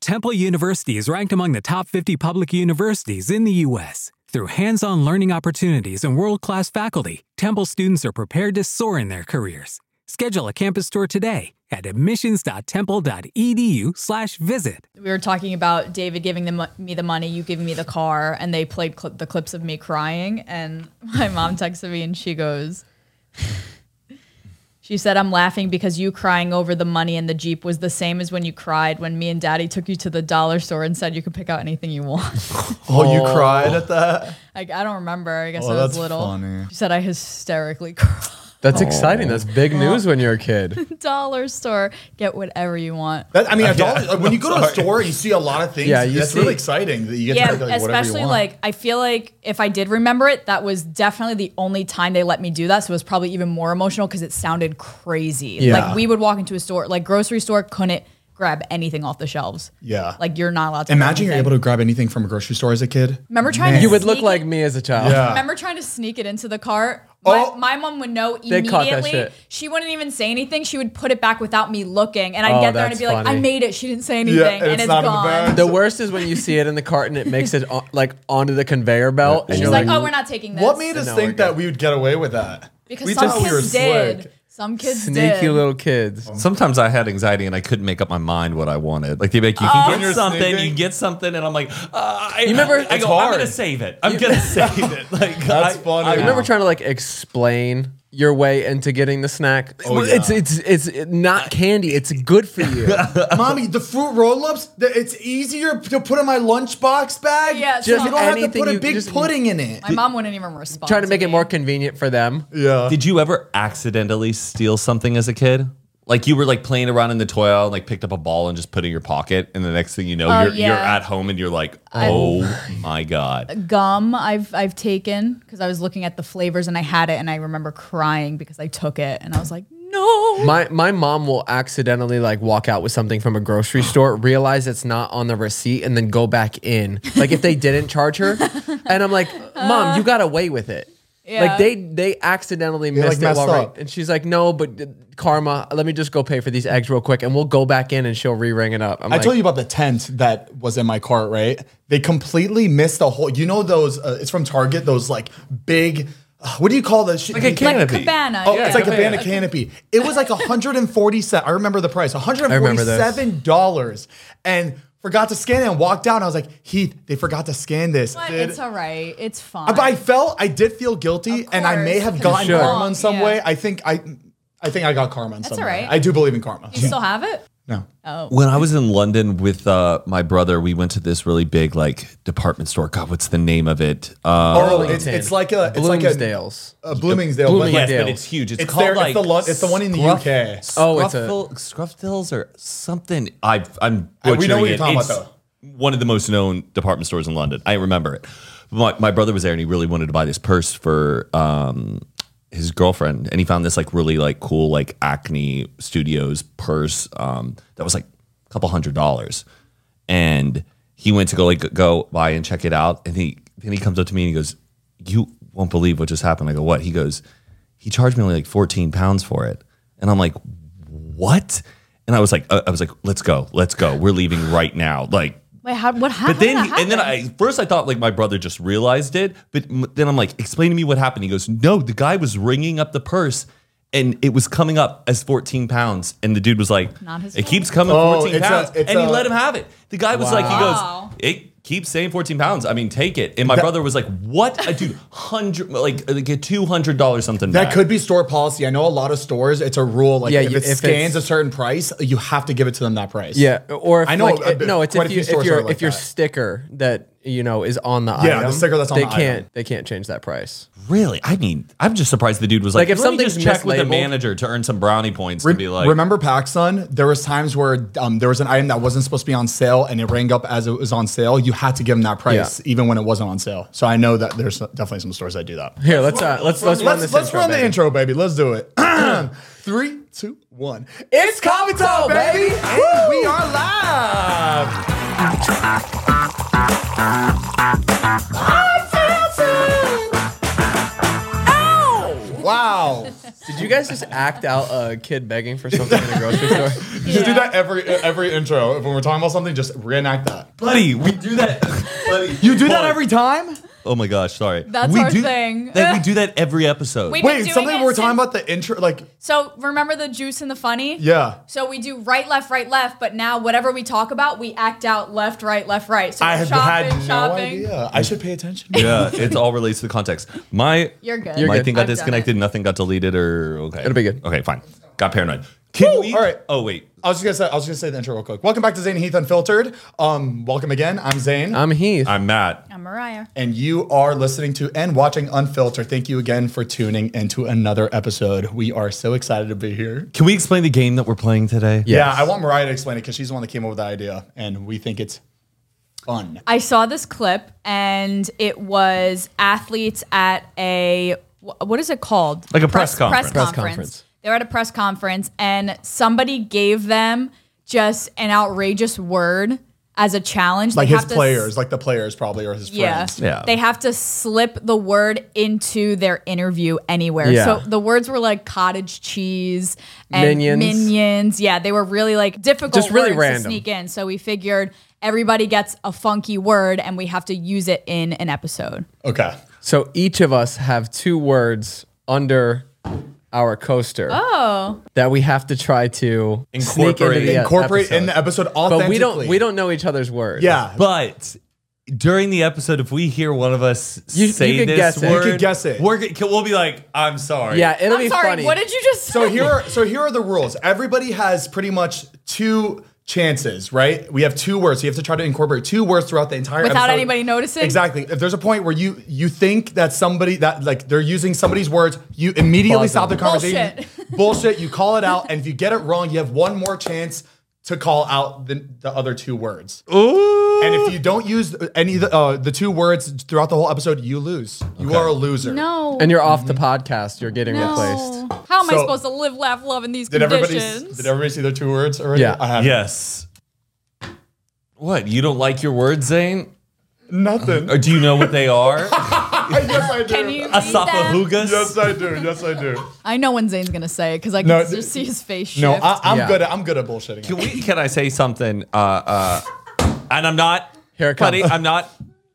Temple University is ranked among the top 50 public universities in the U.S. Through hands on learning opportunities and world class faculty, Temple students are prepared to soar in their careers. Schedule a campus tour today at E admissions.temple.edu/slash visit. We were talking about David giving the mo- me the money, you giving me the car, and they played cl- the clips of me crying. And my mom texted me and she goes, She said, I'm laughing because you crying over the money and the Jeep was the same as when you cried when me and daddy took you to the dollar store and said you could pick out anything you want. Oh, you cried at that? like, I don't remember. I guess Oh, I was that's little. funny. She said, I hysterically cried. That's exciting. That's big news when you're a kid. dollar store, get whatever you want. That, I mean, adult, like, when you go to a store, you see a lot of things. Yeah, you that's see- really exciting that you get Yeah, to pick, like, whatever especially you want. like I feel like if I did remember it, that was definitely the only time they let me do that. So it was probably even more emotional because it sounded crazy. Yeah. Like we would walk into a store, like grocery store, couldn't grab anything off the shelves. Yeah. Like you're not allowed to. imagine you're able to grab anything from a grocery store as a kid. Remember trying to You would look sneak like it- me as a child. Yeah. Remember trying to sneak it into the cart? My, Oh. my mom would know They caught that immediately. shit. She wouldn't even say anything. She would put it back without me looking. And I'd Oh, get there and I'd that's be like, I funny. made it. She didn't say anything. and, it's, not in the gone. bag. The worst is when you see it in the cart and it makes it on, like onto the conveyor belt. And She's you're like, like, oh, we're not taking this. What made us No, we're think that we would get away with that? Because we some thought we were kids did. slick. Some kids did. sneaky little kids. Oh Sometimes I had anxiety and I couldn't make up my mind what I wanted. Like they make you When can you're get Oh, something, you sneaking? can get something, and I'm like, uh, I, you remember- I It's go, hard. I'm gonna save it. I'm gonna save it. Like That's I, funny. I, I remember trying to like explain your way into getting the snack. Oh, Well, yeah. It's it's it's not candy. It's good for you. Mommy, the fruit roll-ups, th- it's easier to put in my lunchbox bag. Yeah, so you Just don't have to anything put a you- big just- pudding in it. My mom wouldn't even respond. Trying to make it me. more convenient for them. Yeah. Did you ever accidentally steal something as a kid? Like you were like playing around in the toy aisle and like picked up a ball and just put it in your pocket, and the next thing you know, Oh, you're, you're yeah. at home and you're like, oh my god. gum I've I've taken because I was looking at the flavors and I had it and I remember crying because I took it and I was like, no. My my mom will accidentally like walk out with something from a grocery store, realize it's not on the receipt, and then go back in. Like if they didn't charge her, and I'm like, Mom, you got away with it. Yeah. Like they they accidentally like, missed it messed while up. and she's like, No, but uh, karma. Let me just go pay for these eggs real quick, and we'll go back in, and she'll re ring it up. I'm I like, told you about the tent that was in my cart, right? They completely missed the whole. You know those? Uh, it's from Target. Those like big. uh, What do you call those? Like a canopy. Like Canopy. cabana. Oh, yeah. it's like a banana canopy. It was like 140 cent. I remember the price. 147 dollars, and forgot to scan it and walked out. And I was like, Heath, they forgot to scan this. But Did- it's all right. It's fine. But I felt I did feel guilty, Of and I may course, have because gotten you're karma wrong, in some yeah. way. I think I, I think I got karma in some all way. right. I do believe in karma. you Oh. still have it? no. When I was in London with uh, my brother, we went to this really big like department store. God, what's the name of it? Uh, Oh, it's, it's like a it's like a, Bloomsdale's. a Bloomingdale. Oh, Blooming- but like- Yes, but it's huge. It's there- it's the lo- it's the one in the UK. Oh, it's a- Scruffil- Scruffdale's or something. I, I'm I- Uh, butchering we know what you're it. talking about, It's One of the most known department stores in London. I remember it. My, my brother was there and he really wanted to buy this purse for um, his girlfriend, and he found this like really like cool like Acne Studios purse um, that was like a couple hundred dollars, and he went to go like go buy and check it out, and he then he comes up to me and he goes, "You won't believe what just happened." I go, "What?" He goes, "He charged me only like fourteen pounds for it," and I'm like, "What?" And I was like, uh, "I was like, let's go, let's go, we're leaving right now." Like Wait, how, what happened? but then, he- and then I first I thought like my brother just realized it, but m- then I'm like, explain to me what happened. He goes, no, the guy was ringing up the purse, and it was coming up as 14 pounds, and the dude was like, Not his it fault. keeps coming Oh, 14 it's a- pounds, it's and he a- let him have it. The guy was Wow. like, he goes, it keeps saying 14 pounds. I mean, take it. And my brother was like, what, a dude, hundred like like a 200 dollars something. That back. could be store policy. I know a lot of stores. It's a rule. Like Yeah, if you- it if scans it's- a certain price, you have to give it to them that price. Yeah, or if I know like, a it- bit- no, it's quite if a few you if stores your are like if your that. sticker that you know is on the Yeah, the item, sticker that's on they the item. can't they can't change that price. really. I mean, I'm just surprised the dude was like, Like, if if let me something's just check with the mislabeled- manager to earn some brownie points to be like, Remember PacSun? There was times where um, there was an item that wasn't supposed to be on sale, and it rang up as it was on sale. You had to give them that price, even when it wasn't on sale. So I know that there's definitely some stores that do that. Here, let's uh, let's let's run this. intro, run the baby. intro, baby. Let's do it. Three, two, one. It's coffee time, baby. And we are live. Wow. Did you guys just act out a kid begging for something in a grocery store? Just do that every every intro when we're talking about something. Just reenact that. buddy. We do that, buddy. You do that Hold on. every time. Oh my gosh, sorry. That's we our do, thing. That we do that every episode. We- We've been Wait, doing something it we're since- talking about the intro, like So remember the juice and the funny? yeah. So we do right, left, right, left, but now whatever we talk about, we act out left, right, left, right. So I have shopping, had no shopping. idea. I should pay attention. yeah, it all relates to the context. My You're good. You're my good. thing got I've done disconnected. it. Nothing got deleted, or okay, It'll be good. Okay, fine. Got paranoid. Can Woo, we? all right. Oh wait. I was just gonna say, I was just gonna say the intro real quick. Welcome back to Zane Heath Unfiltered. Um, welcome again. I'm Zane, I'm Heath. I'm Matt. I'm Mariah. and you are listening to and watching Unfiltered. Thank you again for tuning into another episode. We are so excited to be here. Can we explain the game that we're playing today? Yeah, I want Mariah to explain it because she's the one that came up with the idea, and we think it's fun. I saw this clip and it was athletes at a wh- what is it called? Like a press conference. Press Press conference. conference. They were at a press conference and somebody gave them just an outrageous word as a challenge. They Like his have to s- players, like the players probably or his Yeah. friends. Yeah. They have to slip the word into their interview anywhere. Yeah. So the words were like cottage cheese and Minions. minions. Yeah, they were really like difficult Just really words random. to sneak in. So we figured everybody gets a funky word and we have to use it in an episode. Okay. So each of us have two words under our coaster Oh. that we have to try to sneak into Incorporate- the uh, Incorporate in the episode. episode But authentically. we don't we don't know each other's words. Yeah. But during the episode, if we hear one of us You- say you could this guess it. You word, could guess it. We're, g- we'll be like, I'm sorry. Yeah, it'll be I'm sorry, funny. what did you just say? So here are so here are the rules. Everybody has pretty much two chances, right? We have two words. So you have to try to incorporate two words throughout the entire Without episode. anybody noticing? Exactly. If there's a point where you you think that somebody that like they're using somebody's words, you immediately Buzz stop the them. conversation. Bullshit. You call it out, and if you get it wrong, you have one more chance to call out the, the other two words. Ooh. And if you don't use any of the, uh, the two words throughout the whole episode, you lose. You are a loser. no. And you're off the podcast. You're getting replaced. no. How am I So- supposed to live, laugh, love in these Did everybody conditions? s- did everybody see their two words already? Yeah. I have Yes. What? You don't like your words, Zane? nothing. Or do you know what they are? yes, I do. Can you read them? Asafahugas? Yes, I do. Yes, I do. I know when Zane's gonna say it because I can No, th- just see his face shift. No, I, I'm Yeah. good. At, I'm good at bullshitting. Can we? Can I say something? Uh, uh, and I'm not. Here it buddy, comes. I'm not.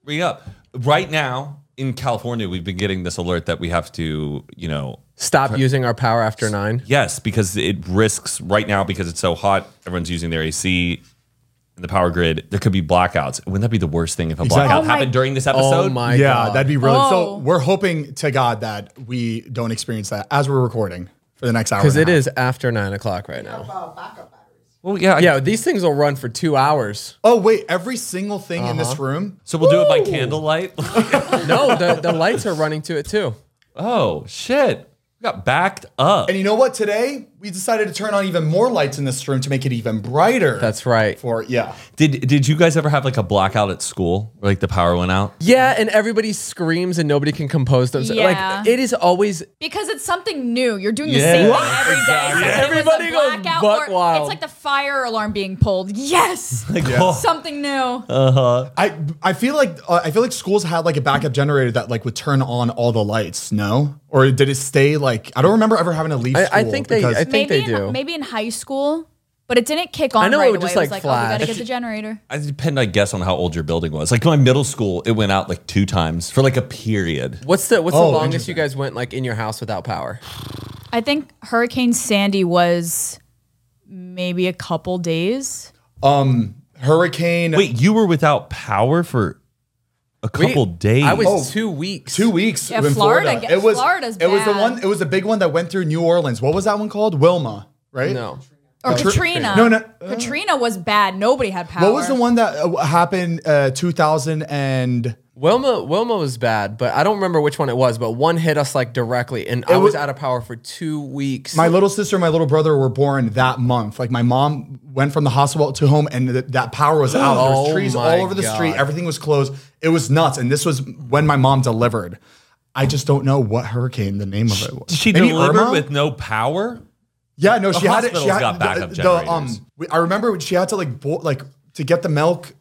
Ring up right now in California. We've been getting this alert that we have to, you know, Stop using our power after nine. yes, because it risks right now because it's so hot. Everyone's using their AC. and The power grid, there could be blackouts. Wouldn't that be the worst thing if a Exactly. blackout Oh my- happened during this episode? Oh my yeah, god. that'd be really. Oh. So we're hoping to God that we don't experience that as we're recording for the next hour. Because and it a half. is after nine o'clock right now. Well, yeah, I- Yeah, these things will run for two hours. Oh wait, every single thing in Uh-huh. this room. So we'll do it by candlelight. No, the, the lights are running to it too. oh shit! We got backed up. And you know what? Today we decided to turn on even more lights in this room to make it even brighter. That's right. for yeah. Did did you guys ever have like a blackout at school? Where, like the power went out? Yeah, and everybody screams and nobody can compose themselves. Yeah. Like it is always Because it's something new. You're doing the Yeah. same thing Right, every day. exactly. So if it was a Everybody goes blackout buck or- wild. It's like the fire alarm being pulled. Yes. Oh, something new. I I feel like uh, I feel like schools had like a backup generator that like would turn on all the lights. No, or did it stay like? I don't remember ever having to leave. I- School I think they- because- I think- maybe they do. In, maybe in high school, but it didn't kick on I know right it would away. just, it was like, like, oh, we gotta flash. get the generator. I depend, I guess, on how old your building was. Like my middle school, it went out like two times for like a period. what's the what's Oh, the longest you interesting. guys went like in your house without power? I think Hurricane Sandy was maybe a couple days. Hurricane. Wait, you were without power for a We- couple days. I was Oh. two weeks. Two weeks Yeah, in Florida Florida. gets- It was Florida's It was the bad. one. It was the big one that went through New Orleans. What was that one called? Wilma, right? No. Or Tr- Katrina. No, no. uh, Katrina was bad. Nobody had power. What was the one that uh, happened uh, 2000 and Wilma Wilma was bad, but I don't remember which one it was, but one hit us like directly and I was was- out of power for two weeks. my little sister and my little brother were born that month. Like my mom went from the hospital to home and th- that power was out. There was Oh trees my all over the street. God. Everything was closed. It was nuts. And this was when my mom delivered. I just don't know what hurricane the name of it was. she Maybe delivered Irma? with no power. Yeah, no, she had it. hospitals She had got backup the, generators. the, um. we- I remember when she had to like bo- like to get the milk.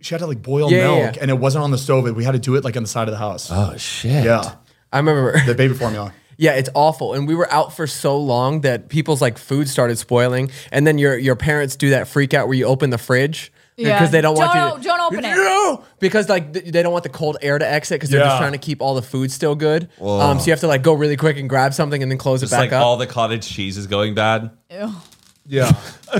She had to like boil Yeah, yeah, milk, yeah. and it wasn't on the stove. We had to do it like on the side of the house. Oh shit! yeah, I remember the baby formula. Yeah, it's awful. And we were out for so long that people's like food started spoiling. And then your your parents do that freak out where you open the fridge because Yeah. they don't, want Don't- you to don't open it. No! because like th- they don't want the cold air to exit because they're just Yeah. trying to keep all the food still good. Um, so you have to like go really quick and grab something and then close It's it back like up. all the cottage cheese is going bad. Ew. Yeah.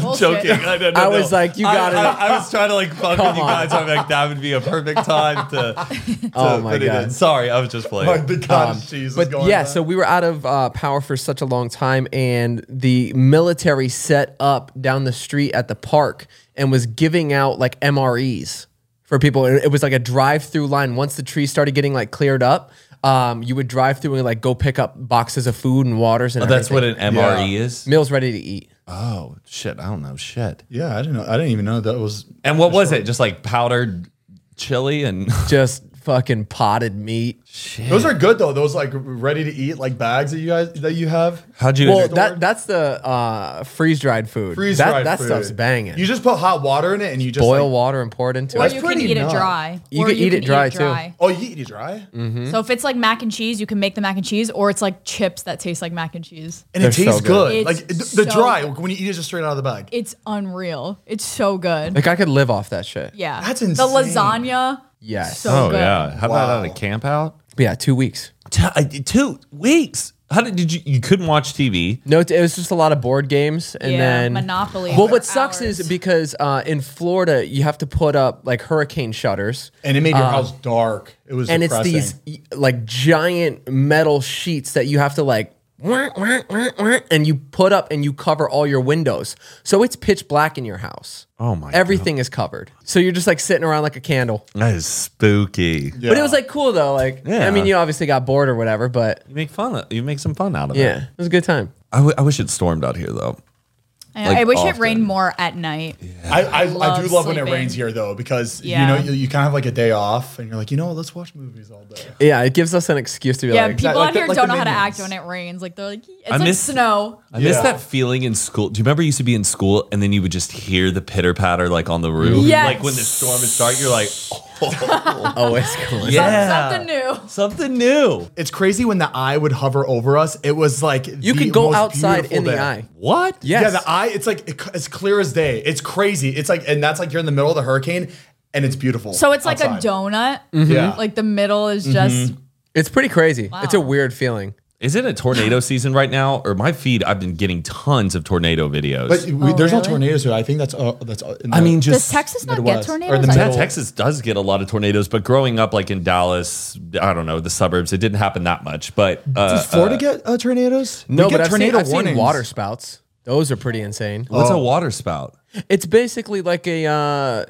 Bullshit. I, don't I was like, you I- gotta- I, I was trying to like fuck with you guys. I'm like, that would be a perfect time to. to Oh my put it in. God. Sorry, I was just playing. the cottage cheese But yeah, so we were out of uh, power for such a long time, and the military set up down the street at the park and was giving out like MREs for people. It it was like a drive-through line. Once the trees started getting like cleared up, um, you would drive through and like go pick up boxes of food and waters and Oh, that's what everything. an MRE is. meals ready to eat. Oh shit! I don't know shit. yeah, I didn't know. I didn't even know that was. And what was it? Just like powdered chili and Just fucking potted meat. Those are good though. Those like ready to eat like bags that you guys that you have. how'd you? Well, that that's the uh, freeze-dried food. that, Freeze-dried That food. stuff's banging. You just put hot water in it and you just boil like- water and pour it into Or it. you can pretty eat it nut. dry. You Or can eat it dry, too. Oh, you eat it dry, Mm. So if it's like mac and cheese, you can make the mac and cheese, or it's like chips that taste like mac and cheese. and They're it so tastes good. It's good. Like the, the so dry good. when you eat it just straight out of the bag. It's unreal. It's so good. Like I could live off that shit. Yeah, That's The insane. lasagna. Yes. So oh good. yeah, how Wow. about at a camp out? Yeah, two weeks. T- I- two weeks. How did, did you? You couldn't watch TV. No, it was just a lot of board games and Yeah, then Monopoly Well, for what sucks hours. is because uh, in Florida you have to put up like hurricane shutters, and it made your house dark. It was Uh, and depressing. it's these y- like giant metal sheets that you have to like. wah, wah, wah, wah, And you put up and you cover all your windows, so it's pitch black in your house. Oh my Everything is covered, so you're just like sitting around like a candle. That is spooky. But it was like cool though. Like, Yeah. I mean, you obviously got bored or whatever, but You make fun. Of, you make some fun out of yeah, it. it was a good time. I, w- I wish it stormed out here though. I, Like I wish it often. rained more at night. I, I, I do love Love when it sleeping. rains here though because Yeah. you know you, you kind of have like a day off and you're like you know what, let's watch movies all day. Yeah, it gives us an excuse to be Yeah, like, people like out the- here like don't the know how to minions. act when it rains. Like they're like, it's I like miss- snow. I miss Yeah. that feeling in school. Do you remember you used to be in school and then you would just hear the pitter patter like on the roof? Yes. Like when the storm would start, you're like, oh, oh, it's cool. yeah. Something new. Something new. It's crazy when the eye would hover over us. It was like You could go outside in the eye. What? Yes. Yeah, the eye. It's like it- it's clear as day. It's crazy. It's like and that's like you're in the middle of the hurricane and it's beautiful. So it's like outside. Mm-hmm. a donut. Yeah. Like the middle is just It's pretty crazy. It's a Wow. weird feeling. Is it a tornado season right now? Or my feed, I've been getting tons of tornado videos. But we, Oh, there's no really? tornadoes here. I think that's uh, that's. Uh, in I the- mean, just. does Texas not get Midwest. Or the tornadoes? I Midwest. Yeah, don't- Texas does get a lot of tornadoes, but growing up like in Dallas, I don't know, the suburbs, it didn't happen that much. But uh, does Florida get uh, tornadoes? No, We get but I've, seen, tornado I've seen warnings. water spouts. Those are pretty insane. what's a water spout? It's basically like a uh,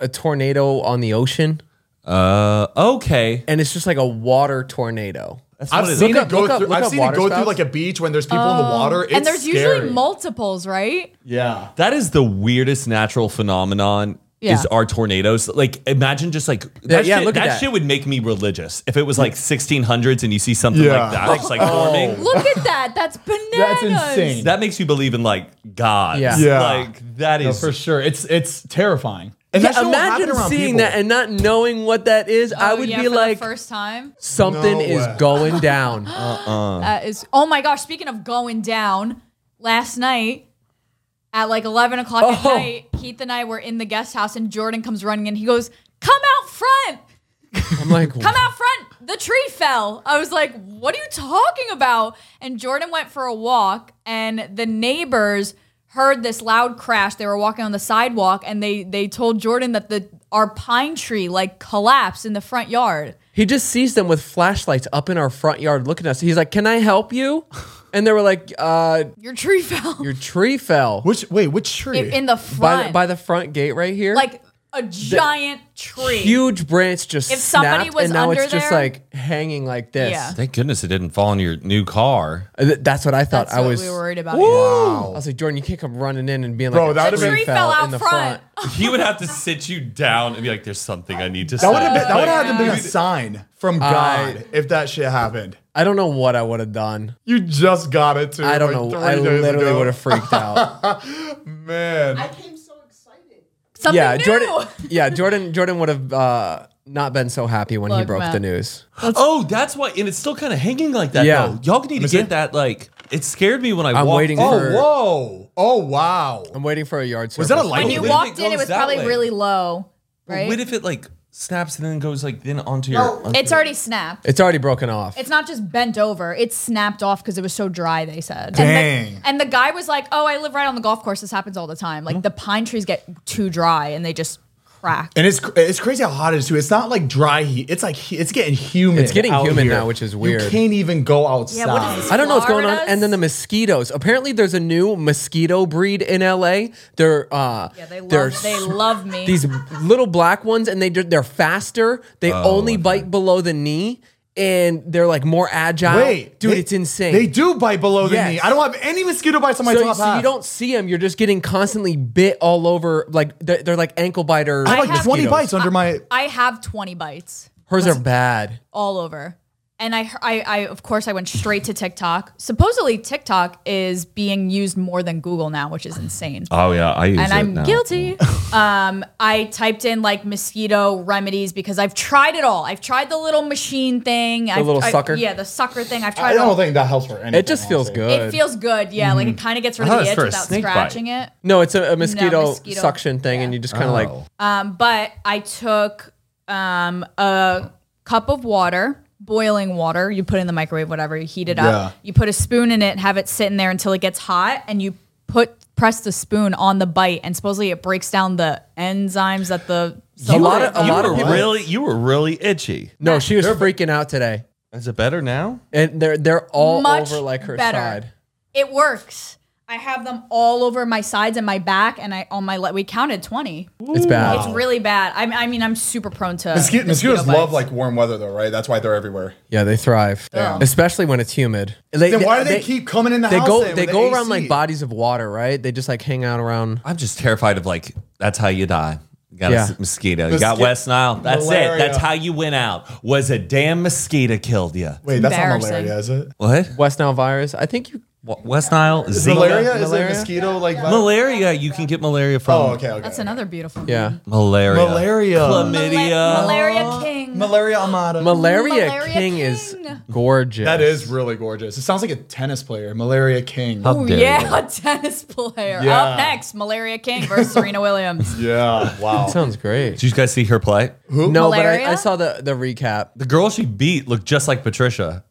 a tornado on the ocean, Uh, okay. and it's just like a water tornado. I've What is seen it? it go Look up- through. look I've up seen it water go through spouts. like a beach when there's people in Um, the water. It's and there's scary. usually multiples, right? Yeah. That is the weirdest natural phenomenon. Yeah. Is our tornadoes like? Imagine just like that. yeah, shit, look at that. shit would make me religious if it was like 1600s and you see something like Yeah. that, just like forming. Look at that. That's bananas. insane. That makes you believe in like God. Yeah. Yeah. like that No, is. for sure. It's it's terrifying. And Yeah, that shit will happen imagine around seeing people. that and not knowing what that is. I Oh, would yeah, be for the like, first time. something No is way. going down. That is. Oh my gosh! Speaking of going down, last night at like eleven o'clock at Oh. night, Keith and I were in the guest house, and Jordan comes running in. He goes, "Come out front! I'm like, Come out front! The tree fell." I was like, "What are you talking about?" And Jordan went for a walk, and the neighbors heard this loud crash. They were walking on the sidewalk, and they they told Jordan that the our pine tree like collapsed in the front yard. He just sees them with flashlights up in our front yard looking at us. He's like, Can I help you? And they were like, uh, Your tree fell Your tree fell Which wait, which tree? in, in the by, the- front, by the front gate right here. like a giant tree. huge branch just If somebody snapped, was and now under it's just there- like hanging like this. Yeah. Thank goodness it didn't fall on your new car. Uh, th- That's what I thought. That's I what was. we were worried about. I was like, Jordan, you can't come running in and being Bro, like, that a would've The been- tree fell out in the front. He would have to sit you down and be like, "There's something I need to." that say. would have been that would have been a Dude, sign from God if that shit happened. I don't know what I would have done. You just got it too. I don't like know. three I days literally ago. would have freaked out. Man, I came so excited. Something yeah, new. Jordan. Yeah, Jordan. Jordan would have uh, not been so happy when he Look, broke Matt. the news. Oh, that's why, and it's still kind of hanging like that. Yeah. though. y'all need to see. get that. Like, it scared me when I I'm walked. waiting Oh, for- Oh, whoa. Oh, wow. I'm waiting for a yard. Was that a service. light? when Like, you what if walked it in, it goes was that probably way? really low, right? What if it like snaps and then goes like then onto your? onto it's your- already snapped. It's already broken off. It's not just bent over. It's snapped off because it was so dry, they said. And Dang. the, and the guy was like, oh, I live right on the golf course. This happens all the time. Like the pine trees get too dry and they just crack. And it's cr- it's crazy how hot it is too. It's not like dry heat. It's like he- it's getting humid. It's getting out humid here. now, which is weird. You can't even go outside. Yeah, what is this? I don't know what's going on. Florida's- And then the mosquitoes. Apparently, there's a new mosquito breed in LA. They're uh, yeah, they they're love, they s- love me. these little black ones, and they do- they're faster. They Oh, only bite below the knee, and they're like more agile. Wait, dude, they- it's insane. They do bite below the Yes. knee. I don't have any mosquito bites on my So, top so you half. don't see them. You're just getting constantly bit all over. Like they're, they're like ankle biter. I have like have- 20 bites under my. I have 20 bites. Hers are bad. all over. And I, I, I, of course, I went straight to TikTok. Supposedly, TikTok is being used more than Google now, which is insane. Oh yeah, I use and it I'm now. guilty. um, I typed in like mosquito remedies because I've tried it all. I've tried the little machine thing. The I've, little I- sucker? yeah, the sucker thing. I've tried I it all. don't think that helps for anything. It just feels honestly. good. it feels good. Yeah, like it kind of gets rid I of thought the it itch was for a without snake bite. scratching it. no, it's a, a mosquito, mosquito- suction thing, and you just kind of like Oh. Um, but I took um, a cup of water, boiling water. You put it in the microwave, whatever. You heat it up. Yeah. You put a spoon in it, have it sit in there until it gets hot, and you put press the spoon on the bite, and supposedly it breaks down the enzymes that the A lot um of- a You lot of were people- really, you were really itchy. no. She was freaking out today, Is it better now? and they're they're all Much over like her better. side. it works. I have them all over my sides and my back, and I on my le- we counted twenty. It's bad. It's really bad. I, I mean, I'm super prone to Mosquito, mosquito mosquitoes love bites. like warm weather though, right? That's why they're everywhere. yeah, they thrive, especially when it's humid. They, Then why do they, keep coming in the They house? go then they with go the around like AC? bodies of water, right? They just like hang out around. I'm just terrified of like that's how you die. You got Yeah. a s- mosquito. You got Mosqui- West Nile. That's it. Malaria. That's how you went out. Was a damn mosquito killed you? Wait, that's not Embarrassing. malaria, is it? What? West Nile virus. I think you. Wa- West Nile? Is Zika? malaria is Malaria? it mosquito like malaria? Malaria. You can get malaria from. Oh, okay, okay. That's another beautiful. Yeah, Malaria. Malaria. Mala- Chlamydia. malaria king. Malaria amata. Malaria, Malaria King, is King. gorgeous. that is really gorgeous. It sounds like a tennis player. Malaria king. How Ooh, dare you. Oh, yeah, a tennis player. Yeah. Up next, Malaria King versus Serena Williams. Yeah. Wow. sounds great. Did you guys see her play? No, but I, I Malaria? saw the the recap. The girl she beat looked just like Patricia.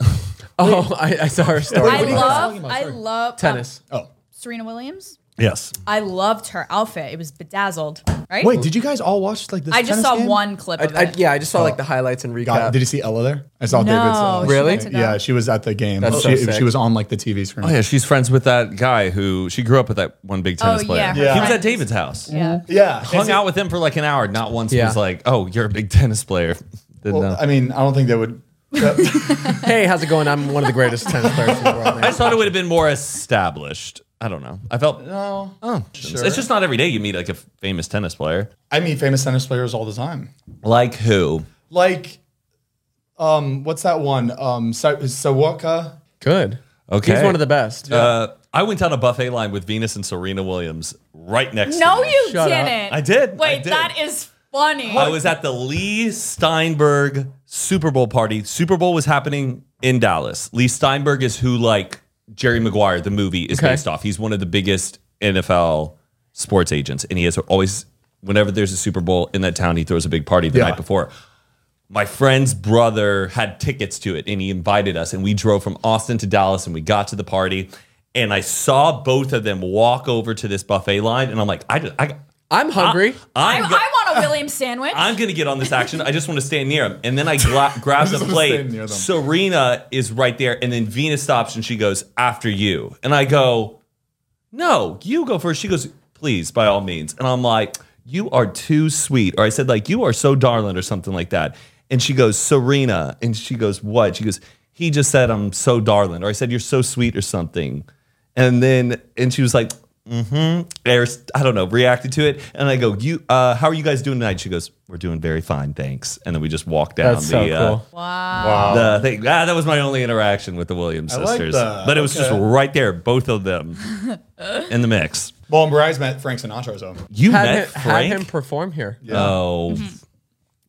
Oh, I, I saw her story. I what are you guys talking love, about? I Sorry. love Tennis. Oh. uh, Serena Williams. yes. I loved her outfit. It was bedazzled, right? Wait, did you guys all watch like this? I just tennis saw game? one clip I, of it. I, yeah, I just saw like the highlights and recap. God, Oh. did you see Ella there? I saw No, David's. uh, she Really? went to the- Yeah, she was at the game. That's so she, sick. she was on like the TV screen. Oh yeah, she's friends with that guy who she grew up with that one big tennis Oh, player. yeah, her He was friend. at David's house. Yeah. Yeah. Hung It's- out with him for like an hour. Not once Yeah. was like, "Oh, you're a big tennis player." Didn't Well, know. I mean, I don't think they would. hey, how's it going? I'm one of the greatest tennis players in the world. I Man. just thought it would have been more established. I don't know. I felt no. it's just not every day you meet like a f- famous tennis player. I meet famous tennis players all the time. Like who? Like, um, what's that one? Um, Sa- Sawaka. Good. Okay. He's one of the best. Uh, I went down a buffet line with Venus and Serena Williams right next. No, to me. you Shut up. didn't. I did. I Wait, did. that is funny. I was at the Lee Steinberg Super Bowl party. Super Bowl was happening in Dallas. Lee Steinberg is who, like Jerry Maguire, the movie is Okay. based off. He's one of the biggest NFL sports agents, and he has always, whenever there's a Super Bowl in that town, he throws a big party the Yeah. night before. My friend's brother had tickets to it, and he invited us, and we drove from Austin to Dallas, and we got to the party. And I saw both of them walk over to this buffet line, and I'm like, I, just, I, I'm Uh, hungry. I, I'm, go- I want a Williams sandwich. I'm gonna get on this action. I just want to stand near him. And then I gla- grab the wanna stand near them. plate. Serena is right there, and then Venus stops and she goes after you. And I go, no, you go first. She goes, please, by all means. And I'm like, you are too sweet. Or I said like, you are so darling, or something like that. And she goes, Serena. And she goes, what? She goes, he just said I'm so darling. Or I said you're so sweet, or something. And then and she was like. Mm-hmm. Or, I don't know. Reacted to it, and I go, "You, uh, how are you guys doing tonight?" She goes, "We're doing very fine, thanks." And then we just walked down That's the so uh, cool. Wow. the thing. Ah, that was my only interaction with the Williams like sisters. that. But it was just Okay. right there, both of them in the mix. Well, and Mariah's met Frank Sinatra, so You Had met him, had Frank. him Mm-hmm. perform here. Oh. Uh,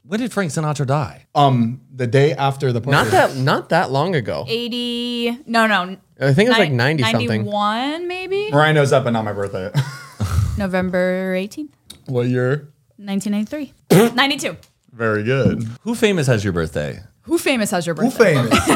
When did Frank Sinatra die? um, the day after the party. Not that not that long ago. 80 no no I think it was like 90 something. 91 maybe Mariah knows that, but not my birthday. november 18th what year? 1993 92 Very good. Who famous has your birthday? who famous has your Who birthday famous?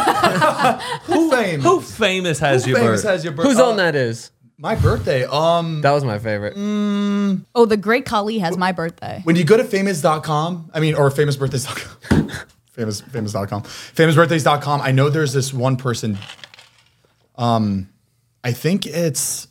Who famous? Who famous has your famous birthday? has your birthday? Who's on that is? My birthday. Um, That was my favorite. oh the great kali has my birthday when you go to famous.com, I mean, or famousbirthdays.com, famous, famous.com, famousbirthdays.com, I know there's this one person. Um, I think it's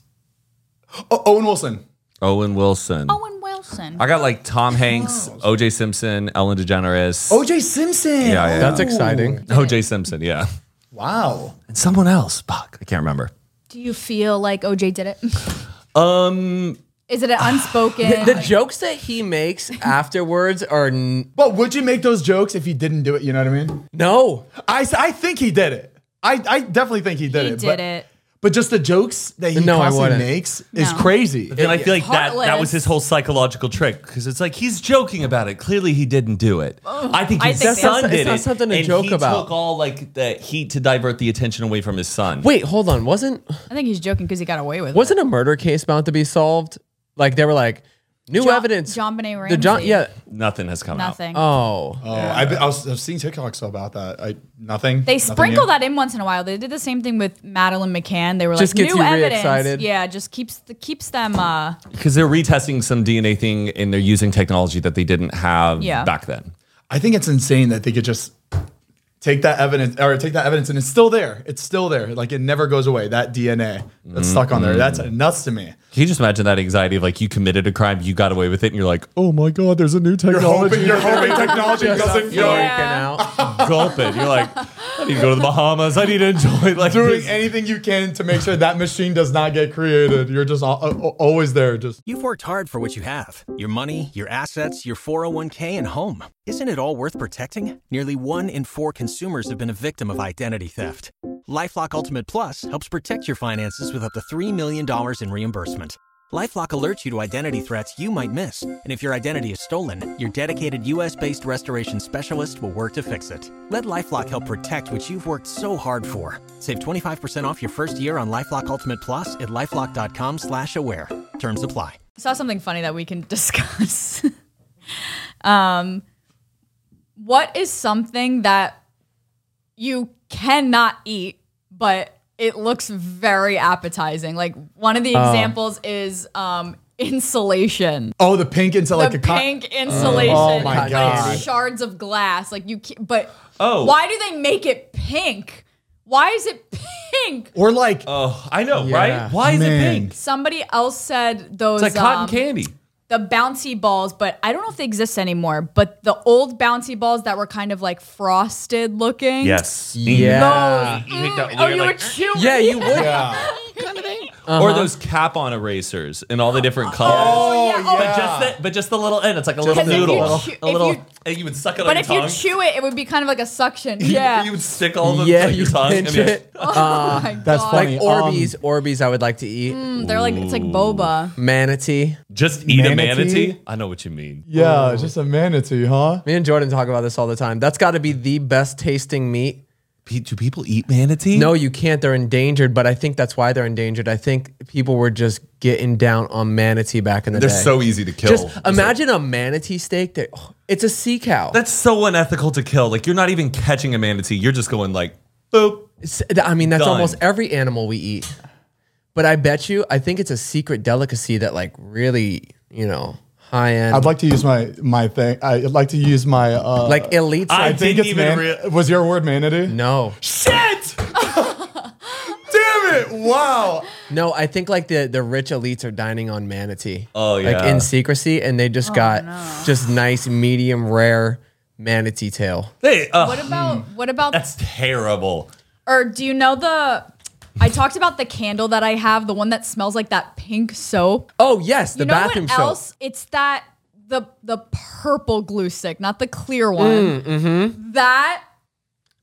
oh, Owen Wilson. Owen Wilson. Oh. owen wilson I got like Tom Hanks, O.J. Simpson, Ellen DeGeneres. OJ Simpson. Yeah, yeah. That's exciting. O.J. Simpson, yeah. Wow. And someone else. Fuck, I can't remember. do you feel like oj did it um Um, is it an unspoken The jokes that he makes afterwards are n- But would you make those jokes if he didn't do it? You know what I mean? no. I, s- I think he did it. I, I definitely think he did he it. did but, it But just the jokes that he No, I constantly wouldn't. makes is No. crazy. And I feel like that, that Heartless. was his whole psychological trick because it's like he's joking about it. Clearly, he didn't do it. I think I his think son that's- did it's not it, something to and joke he about. Took all like the heat to divert the attention away from his son. Wait, hold on. Wasn't i think he's joking because he got away with wasn't a murder case about to be solved? Like they were like new John- evidence. John Benet The John, Ramsey. yeah. nothing has come out. nothing Oh, Oh, I've, been, I, was, I was seeing TikToks about that. I nothing. They Nothing sprinkle new. that in once in a while. They did the same thing with Madeline McCann. They were Just like gets new you evidence. re-excited. Yeah, just keeps the, keeps them. Uh, because they're retesting some DNA thing and they're using technology that they didn't have Yeah. back then. I think it's insane that they could just take that evidence or take that evidence and it's still there. It's still there. Like it never goes away. That DNA Mm, that's stuck on there. That's nuts to me. Can you just imagine that anxiety of like you committed a crime, you got away with it, and you're like, oh my god, there's a new technology. you're hoping technology doesn't freaking Yeah. out. Gulp it. You're like, I need to go to the Bahamas. I need to enjoy like Doing this. anything you can to make sure that machine does not get created. You're just al- al- always there. Just You've worked hard for what you have your money, your assets, your 401k, and home. Isn't it all worth protecting? Nearly one in four consumers have been a victim of identity theft. Lifelock Ultimate Plus helps protect your finances with up to $3 million in reimbursement. Lifelock alerts you to identity threats you might miss. And if your identity is stolen, your dedicated US based restoration specialist will work to fix it. Let Lifelock help protect what you've worked so hard for. Save 25% off your first year on Lifelock Ultimate Plus at lifelock.com slash aware. Terms apply. saw something funny that we can discuss. um, what is something that you cannot eat, but it looks very appetizing? Like one of the examples is um, insulation. oh, the pink into like the a co- pink insulation, Oh my like God. shards of glass. Like you, can't, but Oh. why do they make it pink? Why is it pink? or like Oh, I know, Yeah. right? Why is it Man. pink? It's Somebody else said those like cotton um, candy. the bouncy balls, but I don't know if they exist anymore. But the old bouncy balls that were kind of like frosted looking. Yeah. You think that Oh, weird, you like, would chew. Yeah, you would. yeah. Or those cap on erasers in all the different colors. yeah. Oh, But just the but just the little end. It's like a little Because if you noodle. chew- a if little you- and you would suck it But on if your tongue. you chew it, it would be kind of like a suction. Yeah. You would stick all the yeah, like, you your tongue and pinch be like, it. oh my That's God. Like funny. Um, Orbeez, Orbeez, I would like to eat. They're like it's like boba. Manatee. just eat a Manatee? manatee. I know what you mean. Yeah, just a manatee, huh? Me and Jordan talk about this all the time. That's got to be the best tasting meat. Pe- Do people eat manatee? No, you can't. They're endangered, but I think that's why they're endangered. I think people were just getting down on manatee back in the they're day. so easy to kill. Just uh, It's like- imagine a manatee steak. That oh, it's a sea cow. That's so unethical to kill. Like you're not even catching a manatee. You're just going like, boop. S- th- I mean, that's Done. almost every animal we eat. But I bet you, I think it's a secret delicacy that, like, really, you know, high end, I'd like, like to use my my thing. I'd like to use my uh elite. I I think didn't it's even man. rea- was your word manatee? no, Shit! Damn it! Wow. no, I think like the the rich elites are dining on manatee. Oh, like yeah. in secrecy, and they just got just nice medium rare manatee tail. Hey, uh, What about what about that's terrible. Or do you know the? I talked about the candle that I have, the one that smells like that pink soap. Oh yes, the you know bathroom what soap. else? It's that the the purple glue stick, not the clear Mm, mm-hmm. one. That.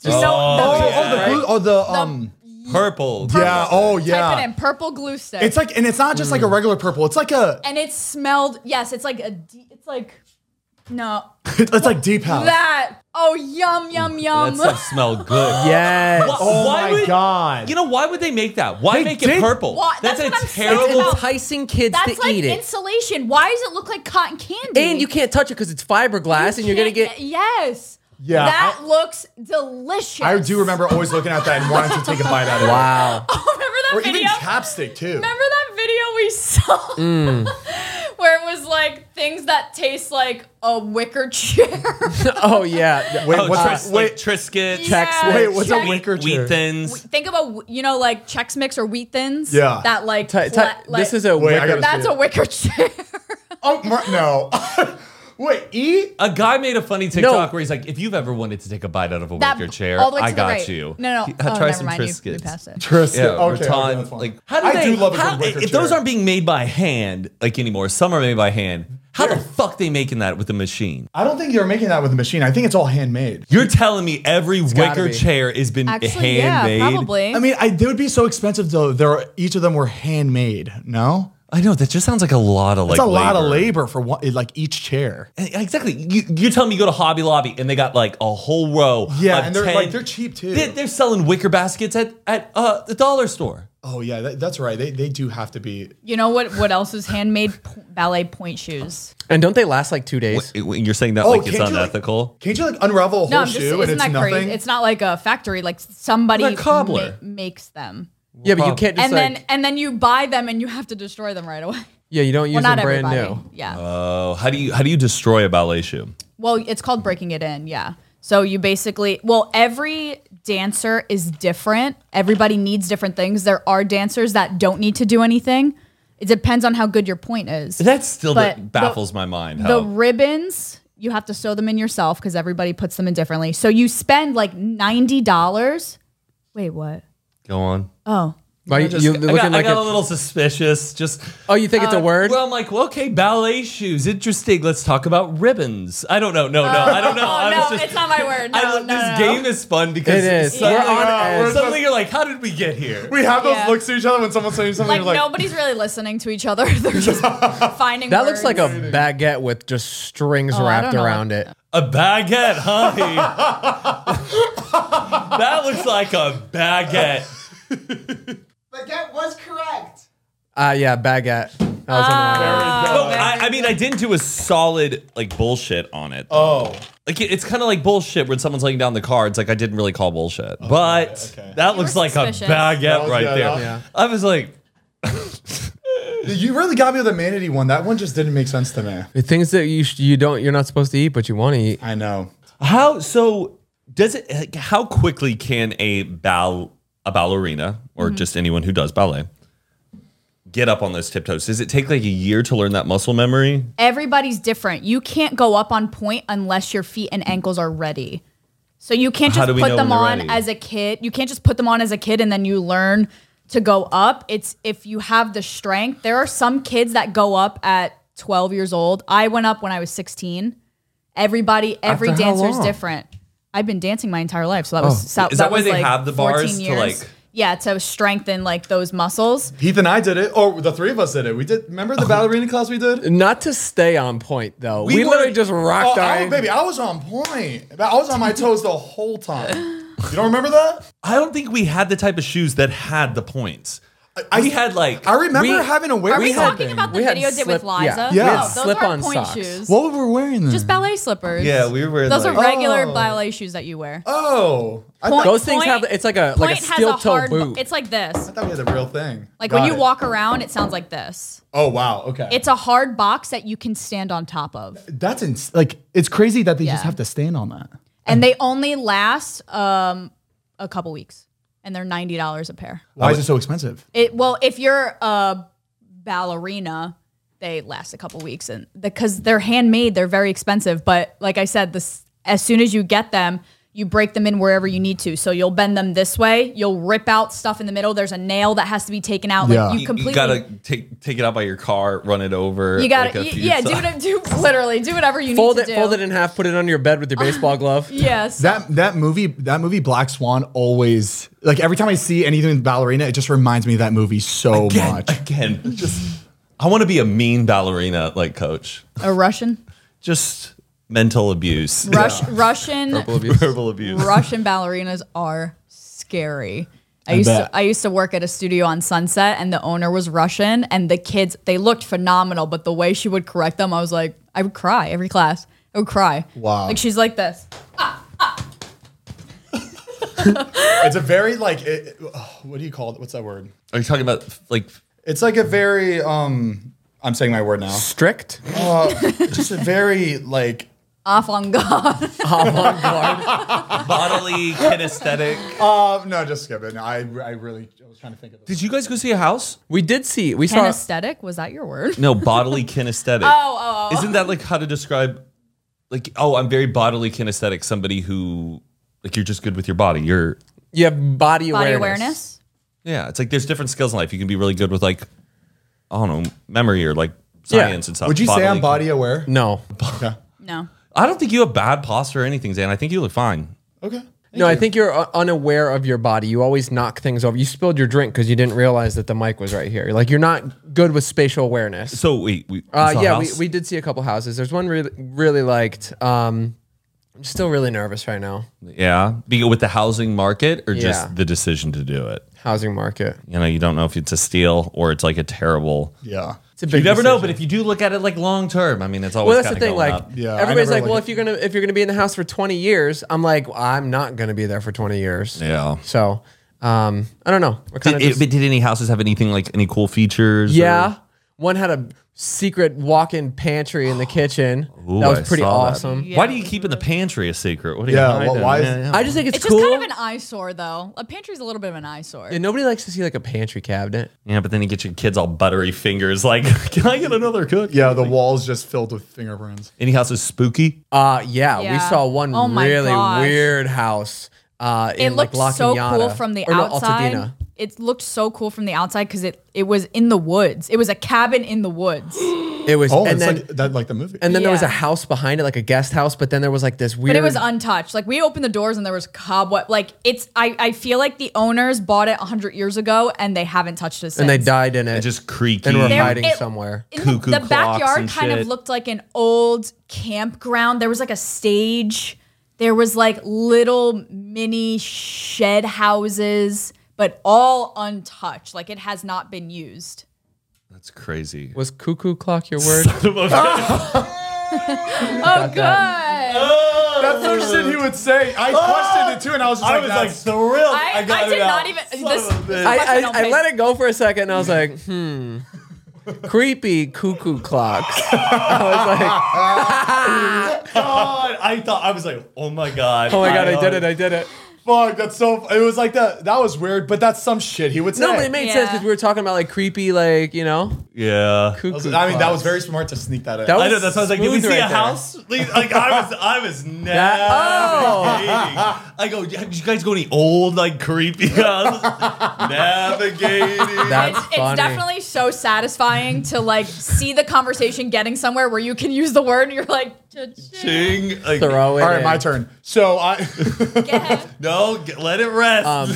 You know, Oh, oh, the glue, oh, the um, the Purple. Yeah. Oh, yeah. Type it in purple glue stick. It's like, and it's not just like a regular purple. It's like a, and it smelled. Yes, it's like a. de- It's like no it's like deep house. that. Oh yum yum That yum. stuff smelled good. Yes. Why- Oh why my would- God. You know why would they make that? Why They make it did- purple? Why- that's what I'm a saying. It's- terrible. it's- enticing kids That's to like eat it. insulation. Why does it look like cotton candy? and you can't touch it because it's fiberglass and you're going to Can't- get. yes. Yeah, That I- looks delicious. I do remember always looking at that and wanting to take a bite out of it. Wow. Oh, remember that Or video. even chapstick too. Remember that video we saw where it was like things that taste like a wicker chair? Oh, yeah. Wait, Oh, what's tris- that? like Wait, Triscuits. Yeah. wait, what's Check- a wicker Wheat chair? thins. Think of a you know like Chex Mix or Wheat Thins. Yeah. That like, Ti- ti- flat- like this is a Wait, I gotta- wicker. that's a wicker chair. Oh my, no. Wait, E? A guy made a funny TikTok where he's like, "If you've ever wanted to take a bite out of a That- wicker chair, all the way to I the got right. you. No, no. uh, He- Oh, try never some mind. You- you Triscuits. passed it. Triscuit. Yeah, okay, okay, Raton, that's fine. like how do I they? do love a how- good wicker if those chair. aren't being made by hand like anymore, some are made by hand. How the fuck they making that with a machine? I don't think you're making that with a machine. I think it's all handmade. You're telling me every gotta wicker be. chair has been Actually, handmade? yeah, probably. I mean, I, they would be so expensive though. There, each of them were handmade. No, I know that just sounds like a lot of like. it's a lot of labor for one, like each chair. Exactly. You, you're telling me you go to Hobby Lobby and they got like a whole row. Yeah, of and they're, 10 like, they're cheap, too. They, they're selling wicker baskets at at uh, the dollar store. Oh yeah, that, that's right. They, they do have to be. you know what? What else is handmade po- ballet point shoes? And don't they last like two days? You're saying that like it's Oh, can't you, unethical. Like, can't you like unravel a whole No, I'm just isn't shoe and it's that nothing? crazy? It's not like a factory. Like somebody They're cobbler. ma- makes them. Yeah, but you can't just and like. then and then you buy them and you have to destroy them right away. yeah, you don't use well, them not brand everybody. new. Yeah. oh, how do you how do you destroy a ballet shoe? Well, it's called breaking it in. Yeah. So you basically, well, every dancer is different. Everybody needs different things. There are dancers that don't need to do anything. It depends on how good your point is. That still But the- that baffles my mind. How the ribbons, you have to sew them in yourself because everybody puts them in differently. So you spend like $90. Wait, what? go on? Oh, Why you, Just- you're I looking got, I like got a a, little suspicious. Just Oh, you think it's a word? well, I'm like, well, okay, ballet shoes, interesting. Let's talk about ribbons. I don't know. No, no, I don't know. Oh, I no, was just, it's not my word. I No, was- no, this no, no. game is fun because It is. Suddenly, We're on edge. suddenly you're like, how did we get here? we have those Yeah. looks to each other when someone's saying something. Like, you're Like, nobody's really listening to each other. They're just finding that looks like words. a baguette with just strings Oh, I wrapped don't know. around it. A baguette, honey. that looks like a baguette. But that was correct. Ah, yeah, baguette. That was on the Ah. line. No, I, I mean, I didn't do a solid like bullshit on it. oh, Like it, it's kind of like bullshit when someone's laying down the cards. Like I didn't really call bullshit, but that looks like suspicious. a baguette right good. there. Yeah. I was like, you really got me with the manatee one. That one just didn't make sense to me. The things that you sh- you don't you're not supposed to eat, but you want to eat. I know. how? So does it? like, How quickly can a ball a ballerina or just anyone who does ballet get up on those tiptoes? Does it take like a year to learn that muscle memory? everybody's different. You can't go up on point unless your feet and ankles are ready. So you can't How just do we know put them when they're on ready? as a kid. You can't just put them on as a kid and then you learn to go up. It's if you have the strength. There are some kids that go up at 12 years old. I went up when I was 16. Everybody, every After how dancer is long? different. I've been dancing my entire life, so that was so, Oh. Is that why was they like have the 14 bars to, years. like- yeah to strengthen like those muscles. Heath and I did it, or the three of us did it. We did. Remember the ballerina class we did? Not to stay on point though. We, were- literally just rocked Oh, our I, baby, I was on point. I was on my toes the whole time. You don't remember that? I don't think we had the type of shoes that had the points. I- we had like I remember We- having a wear. Are we, something. talking about the We had video did with slip- yeah. Liza? Yeah. We had No, those slip-on aren't point socks. shoes. What were we wearing then? Just ballet slippers. Yeah, we were Those like- oh. are regular ballet shoes that you wear. Oh, I thought, Point- Those things have- it's like a- like a point has steel toe hard- boot. It's like this. I thought we had the real thing. Like Got when you it. walk around, it sounds like this. Oh wow. Okay. It's a hard box that you can stand on top of, that's ins- like it's crazy that they Yeah. just have to stand on that. and they only last um, a couple weeks, and they're ninety dollars a pair. Why is it so expensive? It well, if you're a ballerina, they last a couple weeks, and because they're handmade, they're very expensive. But like I said, this as soon as you get them, you break them in wherever you need to. So you'll bend them this way, you'll rip out stuff in the middle. There's a nail that has to be taken out. Yeah. Like You- you completely You gotta take take it out by your car, run it over. You got to like a yeah, do pizza. what do literally do whatever you Fold need it, to do. fold it in half, put it under your bed with your baseball glove. Yes. That that movie that movie Black Swan always like every time I see anything with ballerina, it just reminds me of that movie so again, much. again. Just I want to be a mean ballerina like coach. a Russian Just mental abuse, Rush, Russian verbal abuse. Russian ballerinas are scary. I used bet. to I used to work at a studio on Sunset and the owner was Russian and the kids they looked phenomenal, but the way she would correct them, I was like, I would cry every class. I would cry. Wow. Like she's like this. It's a very like it, oh, what do you call it? What's that word? Are you talking about like? It's like a very um I'm saying my word now. Strict. Just a very like Off on Oh God. bodily kinesthetic. uh no, just skip it. No, I I really I was trying to think of it. Did you guys go see a house? We did see. We saw. Kinesthetic? Was that your word? No, bodily kinesthetic. Oh, oh, oh. Isn't that like how to describe like oh, I'm very bodily kinesthetic, somebody who like you're just good with your body. You're You have body, Body awareness. awareness? yeah, it's like there's different skills in life. You can be really good with like I don't know, memory or like science and stuff. Would you say I'm Bodily- body aware? No. Okay. No. I don't think you have bad posture or anything, Zan. I think you look fine. Okay. No, I think you're uh, unaware of your body. You always knock things over. You spilled your drink because you didn't realize that the mic was right here. Like you're not good with spatial awareness. So wait, we Uh, saw a yeah, we, house? we did see a couple houses. There's one really really liked. Um, I'm still really nervous right now. yeah. Be with the housing market or Yeah. just the decision to do it. Housing market. You know, you don't know if it's a steal or it's like a terrible Yeah. It's a big you never know, decision. but if you do look at it like long term, I mean, it's always well, that's the kinda thing. going Like, up. Yeah, I everybody's never like, "Well, like- if you're gonna if you're gonna be in the house for 20 years, I'm like, I'm not gonna be there for 20 years." yeah. So, um, I don't know. We're kind Did, of it- but did any houses have anything like any cool features? or- yeah. One had a secret walk-in pantry in the kitchen. Ooh, that was I pretty saw that. awesome. Why do you keep in the pantry a secret? What do you Yeah, hide wh- in why is- there? I just think it's, It's cool. just kind of an eyesore though. A pantry's a little bit of an eyesore. Yeah, nobody likes to see like a pantry cabinet. Yeah, but then you get your kids all buttery fingers. Like, can I get another cook? Yeah, the walls just filled with fingerprints. Any house is spooky? Uh yeah, we Yeah. saw one Oh my really gosh. weird house. Uh, it in looked like so Lacaniana. cool from the Or no, outside. Altadena. It looked so cool from the outside because it, it was in the woods. It was a cabin in the woods. It was, Oh, and it's then like that like the movie. and then there was a Yeah. house behind it, like a guest house. But then there was like this weird. But it was untouched. Like we opened the doors and there was cobweb. Like it's I, I feel like the owners bought it hundred years ago and they haven't touched it since. and they died in it. It's just creaky. and we're There- hiding it- somewhere. In the, cuckoo the clocks backyard and kind shit. of looked like an old campground. There was like a stage. There was like little mini shed houses, but all untouched. Like it has not been used. That's crazy. Was cuckoo clock your word? Oh, good. That's some shit he would say. I questioned it too, and I was just like, "That's- thrilled. I, I, did not even. This, this I, question I, don't I pay- let it go for a second and I was like, hmm. Creepy cuckoo clocks. I was like, God, I thought I was like, oh my god. oh my god, I did it, I did it. fuck, that's so." It was like that. That was weird, but that's some shit he would say. No, but it made sense because we were talking about like creepy, like, you know, Yeah. cuckoo. I, was- I mean, that was clocks. very smart to sneak that in. That was- I know. That's why I was like, did we smooth see right a there. house? Like, like, I was, I was never. oh. I go. Did you guys go any old like creepy houses? Navigating. That's It's, funny. it's definitely so satisfying to like see the conversation getting somewhere where you can use the word and you're like, "Cha-ching." Ching. Like, Throw it All right, in. my turn. So I, Yeah. no, g- let it rest. Um,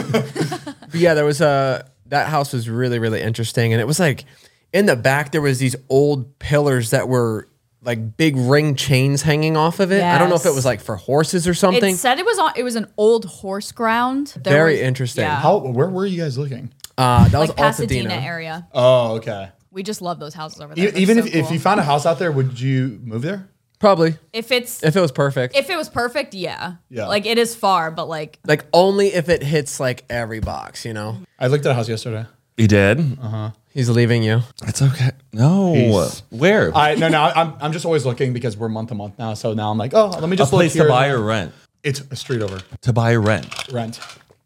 But yeah, there was a that house was really really interesting, and it was like in the back there was these old pillars that were like big ring chains hanging off of it. I don't know if it Yes. uh, was like for horses or something. It said it was on. It was an old horse ground. There Very was- interesting. Yeah. how? Where were you guys looking? Uh, that like was Pasadena Altadena. area. Oh, okay. We just love those houses over E- there. They're even so if, if cool. you found a house out there, would you move there? Probably if it's if it was perfect. if it was perfect, yeah, Yeah. like it is far, but like like only if it hits like every box, you know. I looked at a house yesterday. he did. He's leaving you. It's okay. No. Peace. Where? I no no. I- I'm I'm just always looking because we're month to month now. So now I'm like, oh, let me a just look place to here. buy or rent. It's a street over To buy or rent. rent.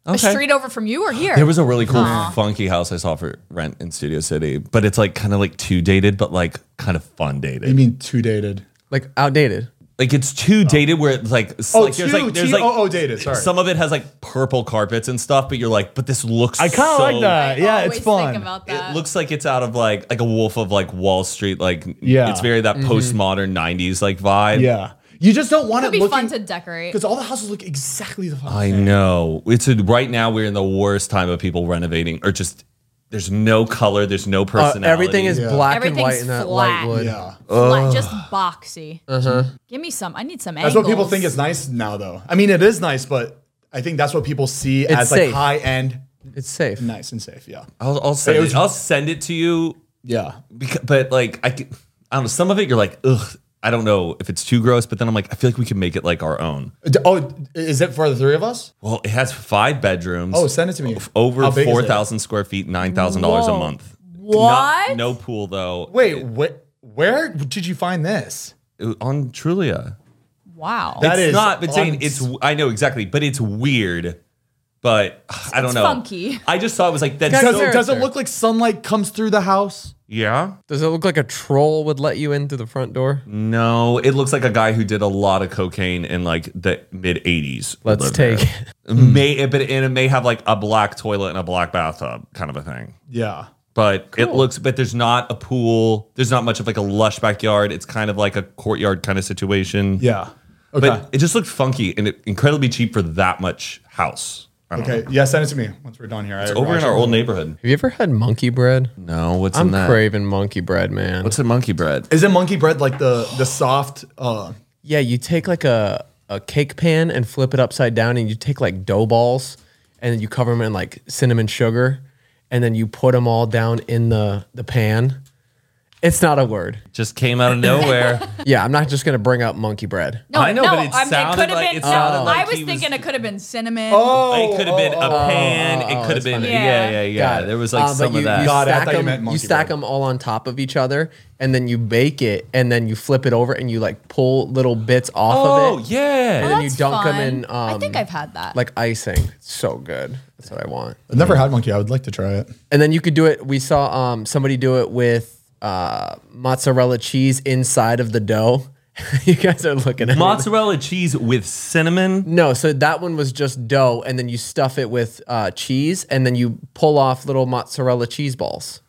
a street over from you or here. There was a really cool, funky house I saw for rent in Studio City, but it's like kind of like too dated, but like kind of fun dated. You mean too dated? Like outdated. Like it's too dated where it's like Oh, like, there's like there's like TOO dated, sorry. some of it has like purple carpets and stuff, but you're like, but this looks I kind of so- like that. yeah, it's fun. It looks like it's out of like like a Wolf of like Wall Street. Like Yeah. Mm-hmm. it's very that postmodern '90s like vibe. Yeah. You just don't want It'd it be fun looking to decorate. because all the houses look exactly the fucking I know. It's a, right now we're in the worst time of people renovating or just there's no color, there's no Uh, personality. everything is Yeah. black and white Everything's in that flat. light wood. Yeah. Flat, just boxy. Uh-huh. Give me some. I need some That's angles. what people think is nice now, though. I mean, it is nice, but I think that's what people see as safe. like high end, It's safe. nice and safe. Yeah. I'll, I'll send It it. was- I'll send it to you. Yeah. Because, but like I, c- I don't know. Some of it you're like, ugh. I don't know if it's too gross, but then I'm like, I feel like we can make it like our own. D- Oh, is it for the three of us? Well, it has five bedrooms. Oh, send it to me. f- over How big is four it? thousand square feet, nine thousand dollars a Whoa. month. What? Not- no pool though. Wait, what? Where did you find this? It- on Trulia. Wow. That it's is not. But Zane, uns- it's. I know exactly, but it's weird. But I don't it's know. funky. I just thought it was like that's Guys, Does, so. it, Sure, does it sure. look like sunlight comes through the house? Yeah. Does it look like a troll would let you in through the front door? Mm. No, it looks like a guy who did a lot of cocaine in like the mid '80s. Let's lived there. take. May but and it may have like a black toilet and a black bathtub kind of a thing. Yeah. But it looks, but there's not a pool. There's not much of like a lush backyard. It's kind of like a courtyard kind of situation. Yeah. Okay. But it just looked funky and it, incredibly cheap for that much house. I don't know. okay. Yeah, send it to me once we're done here. It's over in our old neighborhood. Have you ever had monkey bread? No, what's I'm in that? craving monkey bread, man. What's in monkey bread? Isn't monkey bread like the the soft? Uh, yeah, you take like a, a cake pan and flip it upside down, and you take like dough balls, and then you cover them in like cinnamon sugar, and then you put them all down in the the pan. It's not a word. Just came out of nowhere. Yeah, I'm not just gonna bring up monkey bread. No, I know, no, but it I mean, sounded could have like- been. it no, sounded like I he was was- thinking it could have been cinnamon. Oh. it could have been a pan. it could have been, Oh. yeah, yeah, yeah. Got it. There was like Uh, but some you, of that. You Got it. I stack, thought you meant them, you monkey stack bread. them all on top of each other, and then you bake it, and then you flip it over, and you like pull little bits off oh, of it. yeah. And then you That's dunk them fun. in. Um, I think I've had that. like icing. It's so good. That's what I want. I've never had monkey. I would like to try it. And then you could do it. We saw um, somebody do it with uh, mozzarella cheese inside of the dough. you guys are looking at me. Mozzarella cheese with cinnamon. No, so that one was just dough, and then you stuff it with uh, cheese, and then you pull off little mozzarella cheese balls.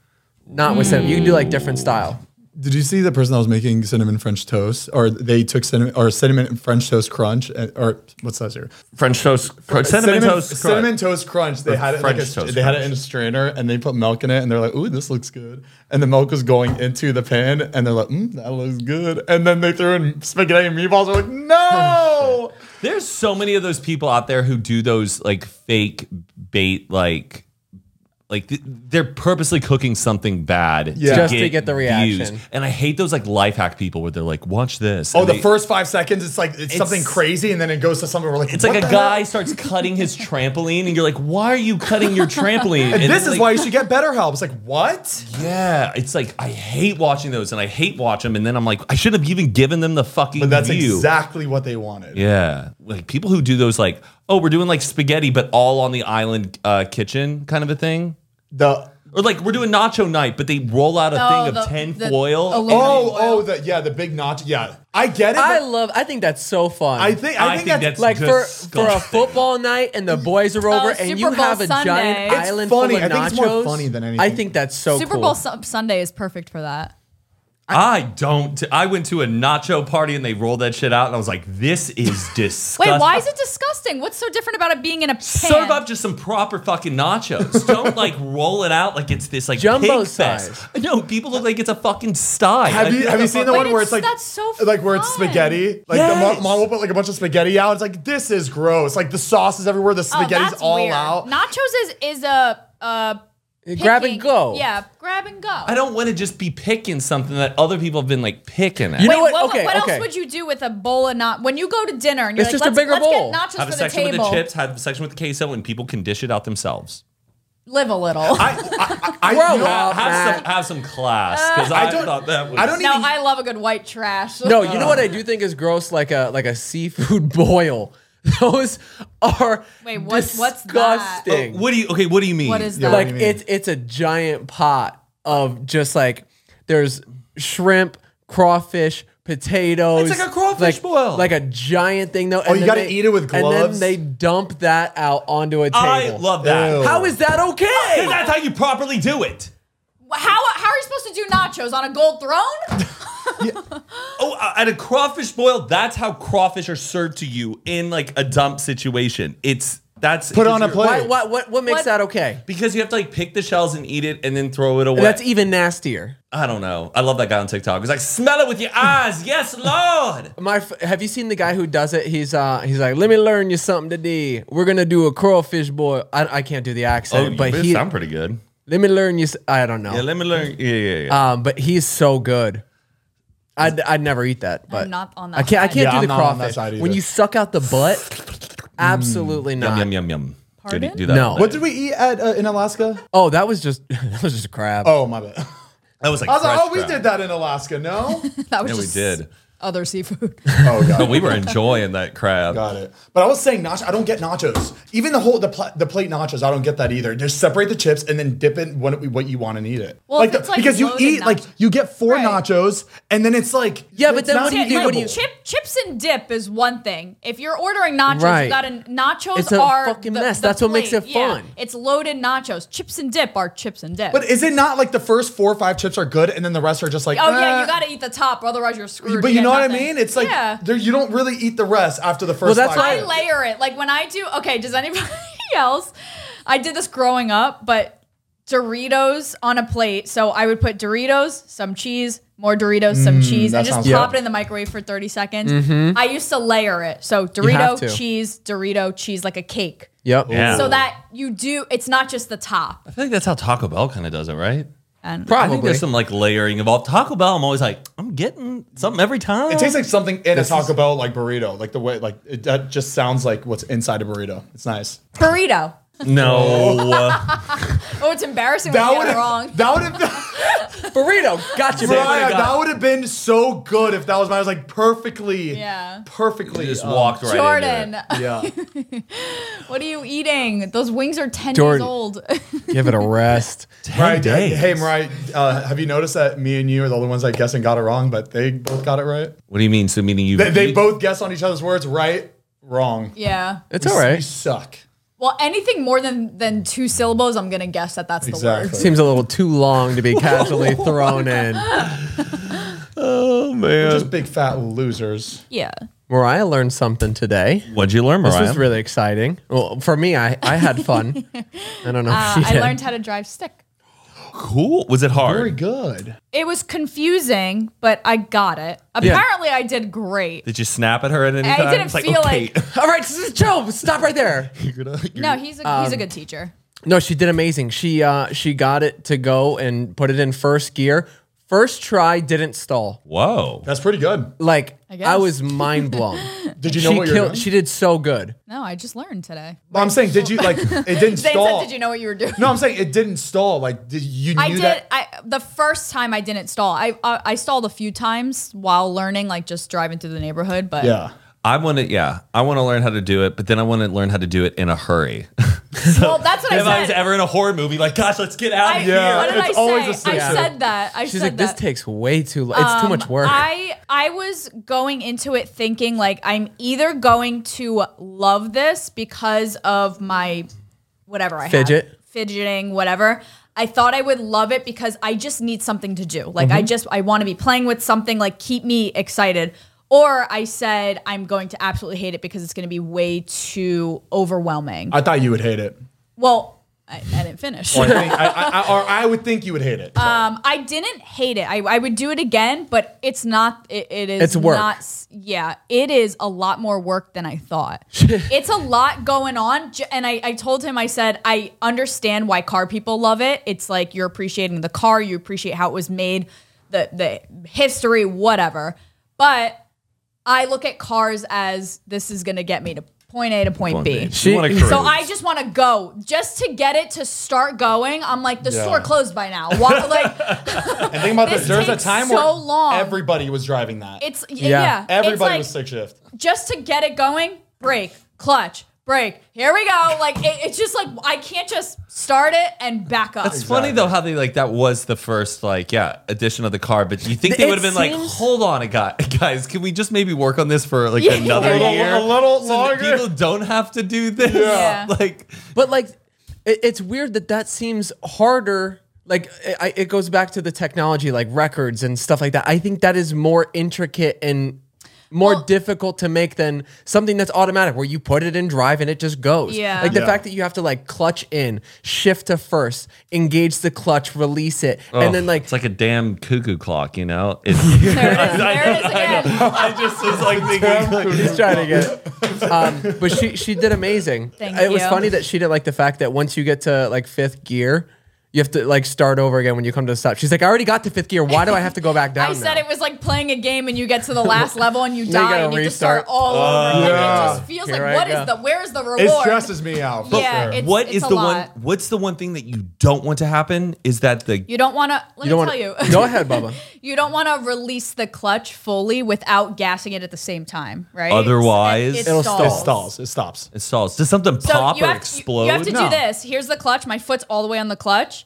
Not with cinnamon. You can do like different style. Did you see the person that was making cinnamon French toast, or they took cinnamon or cinnamon French toast crunch, and, or what's that here? French toast. Cinnamon, toast. crunch. cinnamon toast crunch. They had it like French a, toast they had it in a strainer, and they put milk in it, and they're like, "Ooh, this looks good." And the milk was going into the pan, and they're like, mm, "That looks good." And then they threw in spaghetti and meatballs. They're like, Oh, "No!" There's so many of those people out there who do those like fake bait, like, like th- they're purposely cooking something bad Yeah. Just to get the views. reaction. And I hate those like life hack people where they're like, "Watch this." oh, and the they- first five seconds, it's like it's, something crazy, and then it goes to something. We're like, It's like "What the a hell?" guy starts cutting his trampoline, and you're like, "Why are you cutting your trampoline?" And This it's is like- why you should get better help. It's like what? Yeah, it's like I hate watching those, and I hate watch them, and then I'm like, I should have even given them the fucking. But that's view. exactly what they wanted. Yeah, like people who do those, like, oh, we're doing like spaghetti, but all on the island uh, kitchen kind of a thing, The or like we're doing nacho night, but they roll out a Oh, thing the- of tin the foil. aluminum Oh, foil. oh, the, yeah, the big notch. Yeah, I get it. I I, love. I think that's so fun. I think I, think, that's, like for Disgusting. for a football night and the boys are Oh, over and Super you Bowl have a Sunday. giant It's island funny. full of I think nachos. it's more funny than I anything. think that's so Super oh, cool. Bowl Su- Sunday is perfect for that. I don't. I went to a nacho party and they rolled that shit out, and I was like, this is Wait, disgusting. uh why is it disgusting? What's so different about it being in a pan? Serve up just some proper fucking nachos. Don't like roll it out like it's this like Jumbo pig fest. size. No, people look like it's a fucking sty. Have you Like, have you seen the But one where it's- it's like that's so like where it's fun. spaghetti? Like Yes. the mom, mom will put like a bunch of spaghetti out. It's like this is gross. Like the sauce is everywhere. The Oh, spaghetti's that's all weird. out. Nachos is is a uh, Grab and picking- go. Yeah, grab and go. I don't want to just be picking something that other people have been like picking at. You Wait, know what? what, Okay, what okay. else would you do with a bowl of not when you go to dinner and you're It's like, just a let's, bigger let's bowl. get nachos have for a the section with table. the chips, have a section with the queso, and people can dish it out themselves. Live a little. I, I, Grow you know, up. have Matt. some have some class because I, I don't- thought that was. I don't no, even. I love a good white trash. No, you know what I do think is gross, like a like a seafood boil. Those are Wait, what- what's that? disgusting. What do you? Okay, what do you mean? What is Oh, Yeah, that? what like it's it's a giant pot of just like there's shrimp, crawfish, potatoes. It's like a crawfish like, boil. Like a giant thing though. Oh, you gotta eat it with And then gloves? they dump that out onto a table. I love that. Ew. How is that Because okay? that's how you properly do it. How, how are you supposed to do nachos on a gold throne? Oh, uh, at a crawfish boil, that's how crawfish are served to you in like a dump situation. It's that's Put on a because you're- plate. Why, what, what what makes What- that okay? because you have to like pick the shells and eat it and then throw it away. That's e-, even nastier. I don't know. I love that guy on TikTok. He's like, smell it with your eyes. Yes, Oh, Lord. My, f- have you seen the guy who does it? He's uh, he's like, let me learn you something today. We're gonna do a crawfish boil. I, I can't do the Oh, accent, but he. pretty good. Let me learn you. s- I don't know. Yeah, let me learn. Yeah, yeah, yeah. Ah. Um, but he's so good. I'd, I'd never eat that, but not on that I can't. I side. can't Yeah, do I'm the not on that crawfish. side either. When you suck out the butt, absolutely Mm. yum, not. yum, yum, yum. Did he Pardon? do that? No. one What day? did we eat at uh, in Alaska? Oh, that was just that was just crab. Oh, my bad. That was like. I was like, fresh oh, we crab. did that in Alaska. No. that was Yeah, we just did. other seafood. oh god. No, we were enjoying that crab. Got it. But I was saying nacho. I don't get nachos. Even the whole the, pla- the plate nachos. I don't get that either. Just separate the chips and then dip it what, what you want and eat it. Well, like if the- it's, like, because you loaded eat like nachos- you get four Right. nachos and then it's like Yeah, but it's then not what do you do? eatable. What do you- chip, chips and dip is one thing. If you're ordering nachos, Right. you got to nachos It's a are fucking the- mess. the That's what makes plate. it Yeah. fun. It's loaded nachos. Chips and dip are chips and dip. But is it not like the first four or five chips are good and then the rest are just like oh yeah, eh. you got to eat the top, or otherwise you're screwed. But you get know what I nothing. mean? It's like yeah. there you don't really eat the rest after the first. that's five why- I chips. layer it. Like when I do, okay, does anybody else? I did this growing up, but Doritos on a plate. So I would put Doritos, some cheese, more Doritos, some cheese, and that just sounds pop good. it in the microwave for 30 seconds. I used to layer it. So have to. Dorito, cheese, Dorito, cheese, like a cake. Yep. Yeah. So that you do, it's not just the top. I think that's how Taco Bell kind of does it, right? And I think Probably. there's some like layering involved. Taco Bell, I'm always like, I'm getting something every time. It tastes like something in a Taco Bell like burrito, like the way like it, that just sounds like what's inside a burrito. It's nice. burrito. no. Oh, it's embarrassing when That you would get it wrong. have that would have Burrito, gotcha. Right. baby. God. that would have been so good if that was mine. I was like perfectly, Yeah. perfectly. just um, walked right Jordan, Yeah, what are you eating? Those wings are 10 Jordan. years old. Give it a rest. Mariah, days. Hey, Mariah, uh, have you noticed that me and you are the only ones that guess and got it wrong, but they both got it right. What do you mean? So meaning you? They, they both guess on each other's words right, wrong. yeah. It's all You right. suck. Well, anything more than than two syllables, I'm gonna guess that that's the word. Exactly. Seems a little too long to be casually thrown in. Oh man. Just big fat losers. Yeah. Mariah learned something today. What'd you learn, Mariah? This was really exciting. Well, for me, I, I had fun. I don't know. if she Uh, I did. learned how to drive stick. cool. Was it hard? Very good. It was confusing, but I got it. Apparently, I did great. Did you snap at her at any I time? didn't It's like, feel okay. like. All right, s- s- Joe, stop right there. No, he's a he's a good teacher. No, she did amazing. She uh, she got it to go and put it in first gear. First try, didn't stall. Whoa. That's pretty good. Like I, guess. was mind blown. Did you know she what you're doing? She did so good. No, I just learned today. Well, I'm saying, did you like it didn't Zane stall? said, "Did you know what you were doing?" No, I'm saying it didn't stall. Like did you knew I did. that. I the first time I didn't stall. I, I I stalled a few times while learning, like just driving through the neighborhood. But Yeah. I want to. Yeah, I want to learn how to do it, but then I want to learn how to do it in a hurry. well, that's what I if I was said. ever in a horror movie, like, gosh, let's get out I, of here. Yeah, what did it's I always say? a I snitch. said that. I She's said like, this that. takes way too. long. It's too much work. I I was going into it thinking like I'm either going to love this because of my whatever I have, Fidget. fidgeting, whatever. I thought I would love it because I just need something to do. Like Mm-hmm. I just I want to be playing with something like keep me excited. Or I said I'm going to absolutely hate it because it's going to be way too overwhelming. I thought you would hate it. well, I, I didn't finish. Or I, think, I, I, I, or I would think you would hate it. Um, I didn't hate it. I, I would do it again, but it's not. It, it is. It's work. Not, s- yeah, it is a lot more work than I thought. it's a lot going on, J- and I, I told him. I said I understand why car people love it. It's like you're appreciating the car, you appreciate how it was made, the the history, whatever. But I look at cars as this is going to get me to point A to point B. She, want to So I just want to go just to get it to start going. I'm like the store closed by now. Why, like and think about this. this There's a takes time so where long. everybody was driving that. it's yeah. Everybody it's was like, stick shift. just to get it going. Brake, clutch, break. Here we go. Like it, it's just like I can't just start it and back up. It's funny though how they like that was the first like yeah edition of the car, but you think they It would have been like, seems- hold on, a guy, guys, can we just maybe work on this for like Yeah. another A little- year, a little so that longer." people don't have to do this. Yeah. Yeah. Like But like, it, it's weird that that seems harder. Like, it, I- it goes back to the technology, like records and stuff like that. I think that is more intricate and more difficult to make than something that's automatic, where you put it in drive and it just goes. Yeah. Like the Yeah. fact that you have to like clutch in, shift to first, engage the clutch, release it, and then like it's like a damn cuckoo clock, you know? It's, there it is. There it is again. I just was like thinking, like, He's trying to get. it. Um, but she she did amazing. Thank it was you. funny that she did like the fact that once you get to like fifth gear, you have to like start over again when you come to the stop. She's like, I already got to fifth gear. Why do I have to go back down? I said now?" it was like playing a game and you get to the last level and you Now you die gotta and you have to start restart. all over again. It just feels Here like I what is go. the where is the reward? It stresses me out. yeah, it's, what it's is a the lot. one what's the one thing that you don't want to happen is that the You don't want to. Let me You don't tell you. want to. Go ahead, Bubba. You don't want to release the clutch fully without gassing it at the same time, right? Otherwise- It- it It'll stalls. stall. It stalls. It stops. it stalls. Does something So pop you or have, explode? You, you have to do No. this. Here's the clutch. My foot's all the way on the clutch.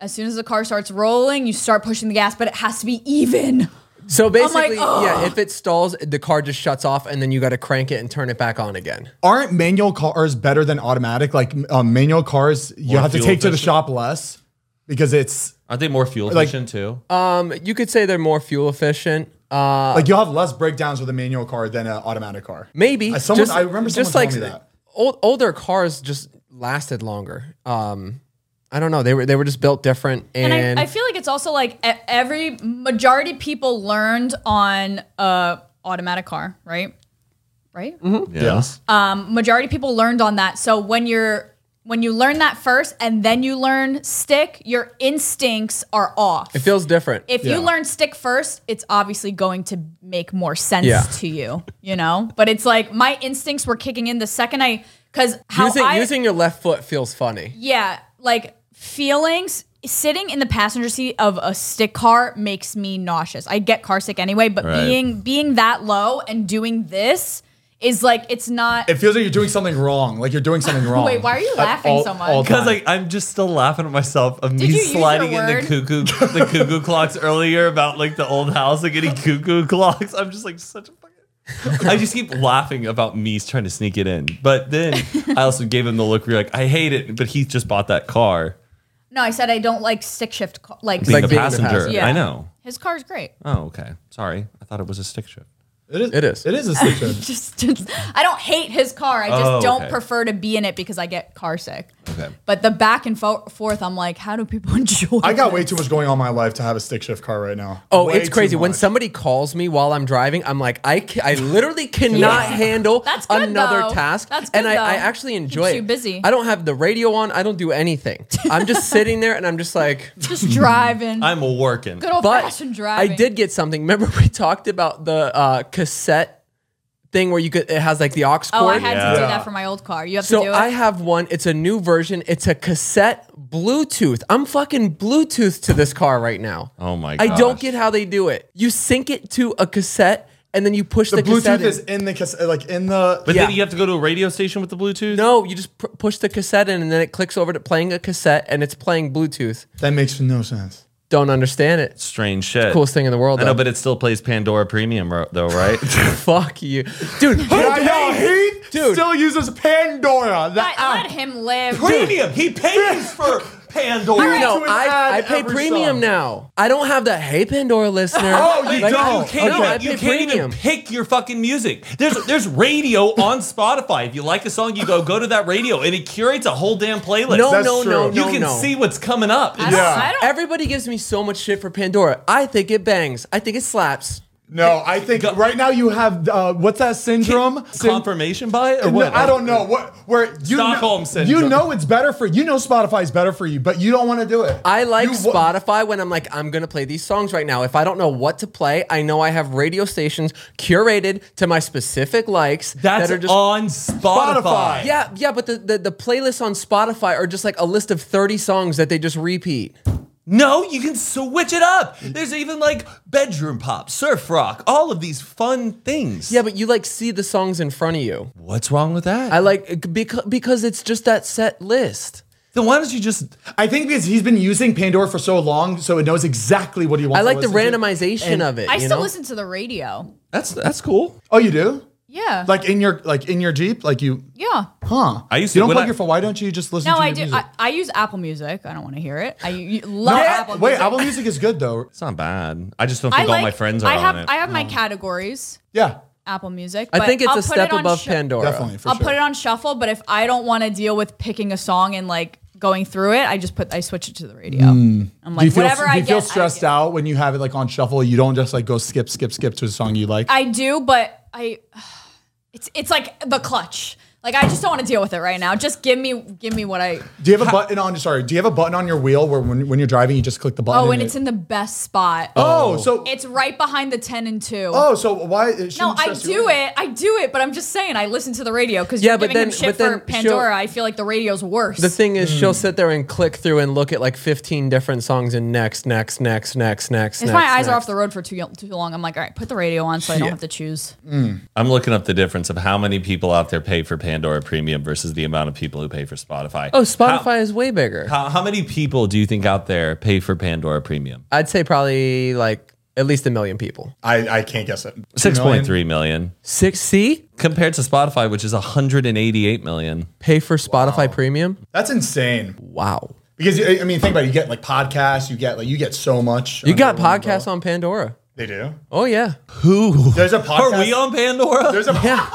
As soon as the car starts rolling, you start pushing the gas, but it has to be even. So like, basically, yeah, "Ugh." if it stalls, the car just shuts off, and then you got to crank it and turn it back on again. Aren't manual cars better than automatic? Like um, manual cars, you More have to fuel take to the efficient. shop less because it's Aren't they more fuel Like- efficient too? Um, you could say they're more fuel efficient. Uh, like you'll have less breakdowns with a manual car than an automatic car. Maybe Uh, someone- Just- I remember just someone like telling me that. old, older cars just lasted longer. Um, I don't know. They were they were just built different, and, And, I, I feel like it's also like e- every majority people learned on a automatic car, right? Right? Um, Mm-hmm. Yes. majority people learned on that. So when you're when you learn that first and then you learn stick, your instincts are off. it feels different. if you learn stick first, it's obviously going to make more sense Yeah. to you, you know? But it's like my instincts were kicking in the second I cuz how using, I using your left foot feels funny. yeah, like feelings sitting in the passenger seat of a stick car makes me nauseous. I get car sick anyway, but Right. being being that low and doing this is like it's not It feels like you're doing something wrong. Like you're doing something wrong. Wait, why are you At laughing all- so much? all Because time. like I'm just still laughing at myself of you me use your sliding in the word? cuckoo the cuckoo clocks earlier about like the old house and getting cuckoo clocks. I'm just like such a fucking I just keep laughing about me trying to sneak it in. But then I also gave him the look where you're like, I hate it, but he just bought that car. No, I said I don't like stick shift ca- like Being Like the being the passenger. passenger. Yeah. I know. His car's great. Oh, okay. Sorry. I thought it was a stick shift. it is. It is. It is a sticker. Just, just- I don't hate his car. I just Oh, don't okay. prefer to be in it because I get car sick. Okay. But the back and fo- forth, I'm like, how do people enjoy? I got this? way too much going on in my life to have a stick shift car right now. Oh, Way it's too crazy. When much. somebody calls me while I'm driving, I'm like, I, ca- I literally cannot handle That's good, another though. task. That's and good, I, I though. actually enjoy Keeps it. you busy. I don't have the radio on. I don't do anything. I'm just sitting there and I'm just like, just driving. I'm working. Good old but fashioned I driving. did get something. Remember we talked about the uh, cassette thing where you could it has like the aux cord. Oh, I had to do Yeah. that for my old car. You have to do So it. I have one. It's a new version. It's a cassette Bluetooth. I'm fucking Bluetooth to this car right now. Oh my I don't gosh. get how they do it. You sync it to a cassette and then you push the, the cassette. Bluetooth in. is in the cas- like in the. But Yeah. then you have to go to a radio station with the Bluetooth? no, you just pr- push the cassette in and then it clicks over to playing a cassette and it's playing Bluetooth. that makes no sense. Don't understand it. Strange shit. Coolest thing in the world. I know, though. but it still plays Pandora Premium ro- though, right? fuck you, dude. I know Heath Dude. still uses Pandora. That Let, let app. him live. He pays for Pandora. right. No, an ad I, I pay every premium song. now. I don't have the Hey Pandora listener. Oh, you Like, don't? I- you can't, no, I you pay can't even premium. pick your fucking music. There's there's radio on Spotify. If you like a song, you go go to that radio, and it curates a whole damn playlist. No, That's no, no, true. you no, can no. see what's coming up. I It's- don't, Yeah. I don't, Everybody gives me so much shit for Pandora. I think it bangs. I think it slaps. No, I think right now you have uh, what's that syndrome? Syn- confirmation by it or No, what? I don't know what where you Stockholm know, syndrome. You know it's better for you know Spotify's better for you, but you don't want to do it. I like You wa- Spotify when I'm like, I'm gonna play these songs right now. If I don't know what to play, I know I have radio stations curated to my specific likes That's that are just on Spotify. Spotify. Yeah, yeah, but the, the, the playlists on Spotify are just like a list of 30 songs that they just repeat. No, you can switch it up. There's even like bedroom pop, surf rock, all of these fun things. Yeah, but you like see the songs in front of you. What's wrong with that? I like because because it's just that set list. then why don't you just I think because he's been using Pandora for so long, so it knows exactly what he wants. I like to the listen to. randomization of it. I you still know? listen to the radio. That's that's cool. Oh, you do? Yeah. Like in your like in your Jeep, like you, yeah. huh? I used to- You don't when plug I- your phone. Why don't you just listen? No, to your I do. Music? I, I use Apple Music. I don't want to hear it. I you, love Apple Wait, Music. Apple Music is good though. It's not bad. I just don't I think like, all my friends are I have on it. I have my categories. Yeah, Apple Music. Oh. I but think it's I'll a put step it on above sh- Pandora. definitely. For I'll sure. put it on shuffle, but if I don't want to deal with picking a song and like going through it, I just put I switch it to the radio. Hmm. I'm like do you feel, whatever do you I feel get, I stressed get. out when you have it like on shuffle? You don't just like go skip, skip, skip to a song you like. I do, but I it's it's like the clutch. Like I just don't want to deal with it right now. Just give me give me what I do you have a button on? Sorry, do you have a button on your wheel where when, when you're driving you just click the button? Oh, and it's in the best spot. oh, so It's right behind the 10 and 2. oh, so why? it No, shouldn't I stress you do out. it. I do it, but I'm just saying I listen to the radio because Yeah, you're but giving him then- shit but then for Pandora. she'll- I feel like the radio's worse. The thing is, Hmm. she'll sit there and click through and look at like 15 different songs and next, next, next, next, next. If next, my eyes next. are off the road for too too long, I'm like, all right, put the radio on so I don't have to choose. I'm looking up the difference of how many people out there pay for Pandora Premium versus the amount of people who pay for Spotify. Oh, Spotify is way bigger. How, how many people do you think out there pay for Pandora Premium? I'd say probably like at least a million people. I, I can't guess it. Six point three million Six C compared to Spotify, which is 188 million. pay for Spotify Premium. That's insane. Wow, Because I I mean, think about it. You get like podcasts. You get like you get so much. you got podcasts on Pandora. They do. Oh yeah, Who There's a podcast. are we on Pandora? There's a yeah.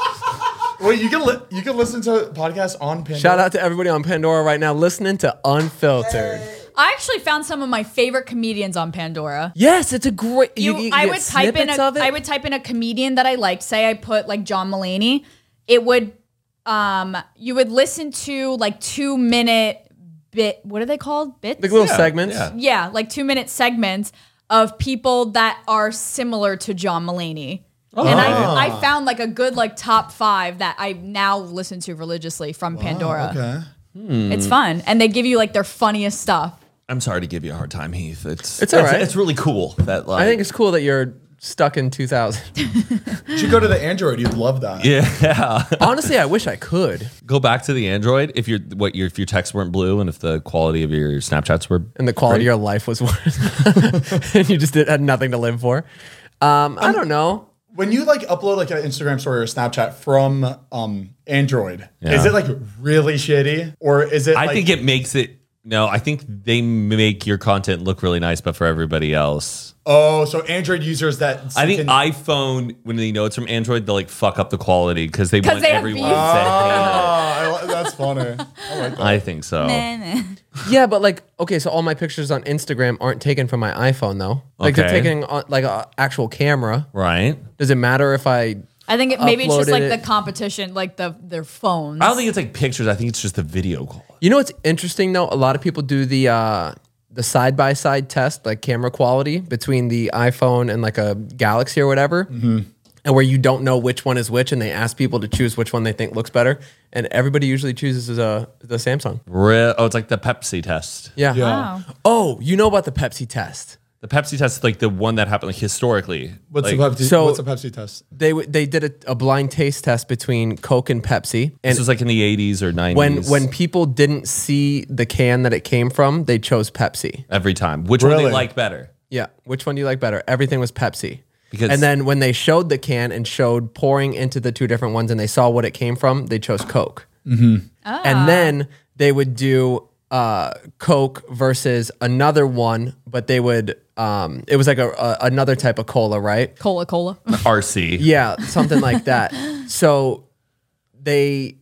wait. You can li- you can listen to podcasts on Pandora. Shout out to everybody on Pandora right now listening to Unfiltered. I actually found some of my favorite comedians on Pandora. Yes, it's a great. You, You, you I get would type in a, snippets of it. I would type in a comedian that I liked. Say I put like John Mulaney, it would um you would listen to like two minute bit. What are they called? Bits. like little segments. yeah. yeah, like two minute segments of people that are similar to John Mulaney. And I, I found like a good like top five that I now listen to religiously from Pandora. It's fun, and they give you like their funniest stuff. I'm sorry to give you a hard time, Heath. It's It's all right. It's really cool that like I think it's cool that you're stuck in 2000. You should go to the Android. You'd love that. Yeah. Honestly, I wish I could. go back to the Android if your what your if your texts weren't blue and if the quality of your Snapchats were And the quality of your life was worse. and you just did, had nothing to live for. Um, I don't know. When you like upload like an Instagram story or Snapchat from um Android, is it like really shitty or is it? I like, think it makes it. No, I think they make your content look really nice, but for everybody else, Oh, so Android users that I think can- iPhone when they know it's from Android, they like fuck up the quality because they 'Cause want they have everyone beef. to hate Ah, I li- that's funny. I like it. I think so. Yeah, but like, okay, so all my pictures on Instagram aren't taken from my iPhone though. Like they're Okay. taken on like an actual camera. Right? Does it matter if I? I think it, maybe it's just Uploaded like it. the competition, like the their phones. I don't think it's like pictures. I think it's just the video quality. You know what's interesting though? A lot of people do the uh, the side by side test, like camera quality between the iPhone and like a Galaxy or whatever. Mm-hmm. And where you don't know which one is which, and they ask people to choose which one they think looks better, and everybody usually chooses uh, the Samsung. Re- oh, it's like the Pepsi test. Yeah. Wow. Oh, you know about the Pepsi test? The Pepsi test is like the one that happened like historically. What's like, the Pepsi? so- what's a Pepsi test? They w- they did a, a blind taste test between Coke and Pepsi, and This was like in the 80s or 90s. when when people didn't see the can that it came from, they chose Pepsi. every time, which one they Really? like better? Yeah, which one do you like better? Everything was Pepsi. Because- and then when they showed the can and showed pouring into the two different ones, and they saw what it came from, they chose Coke. And then they would do uh, Coke versus another one, but they would. Um, it was like a, a another type of cola, right? Cola Cola. RC. Yeah, something like that. So they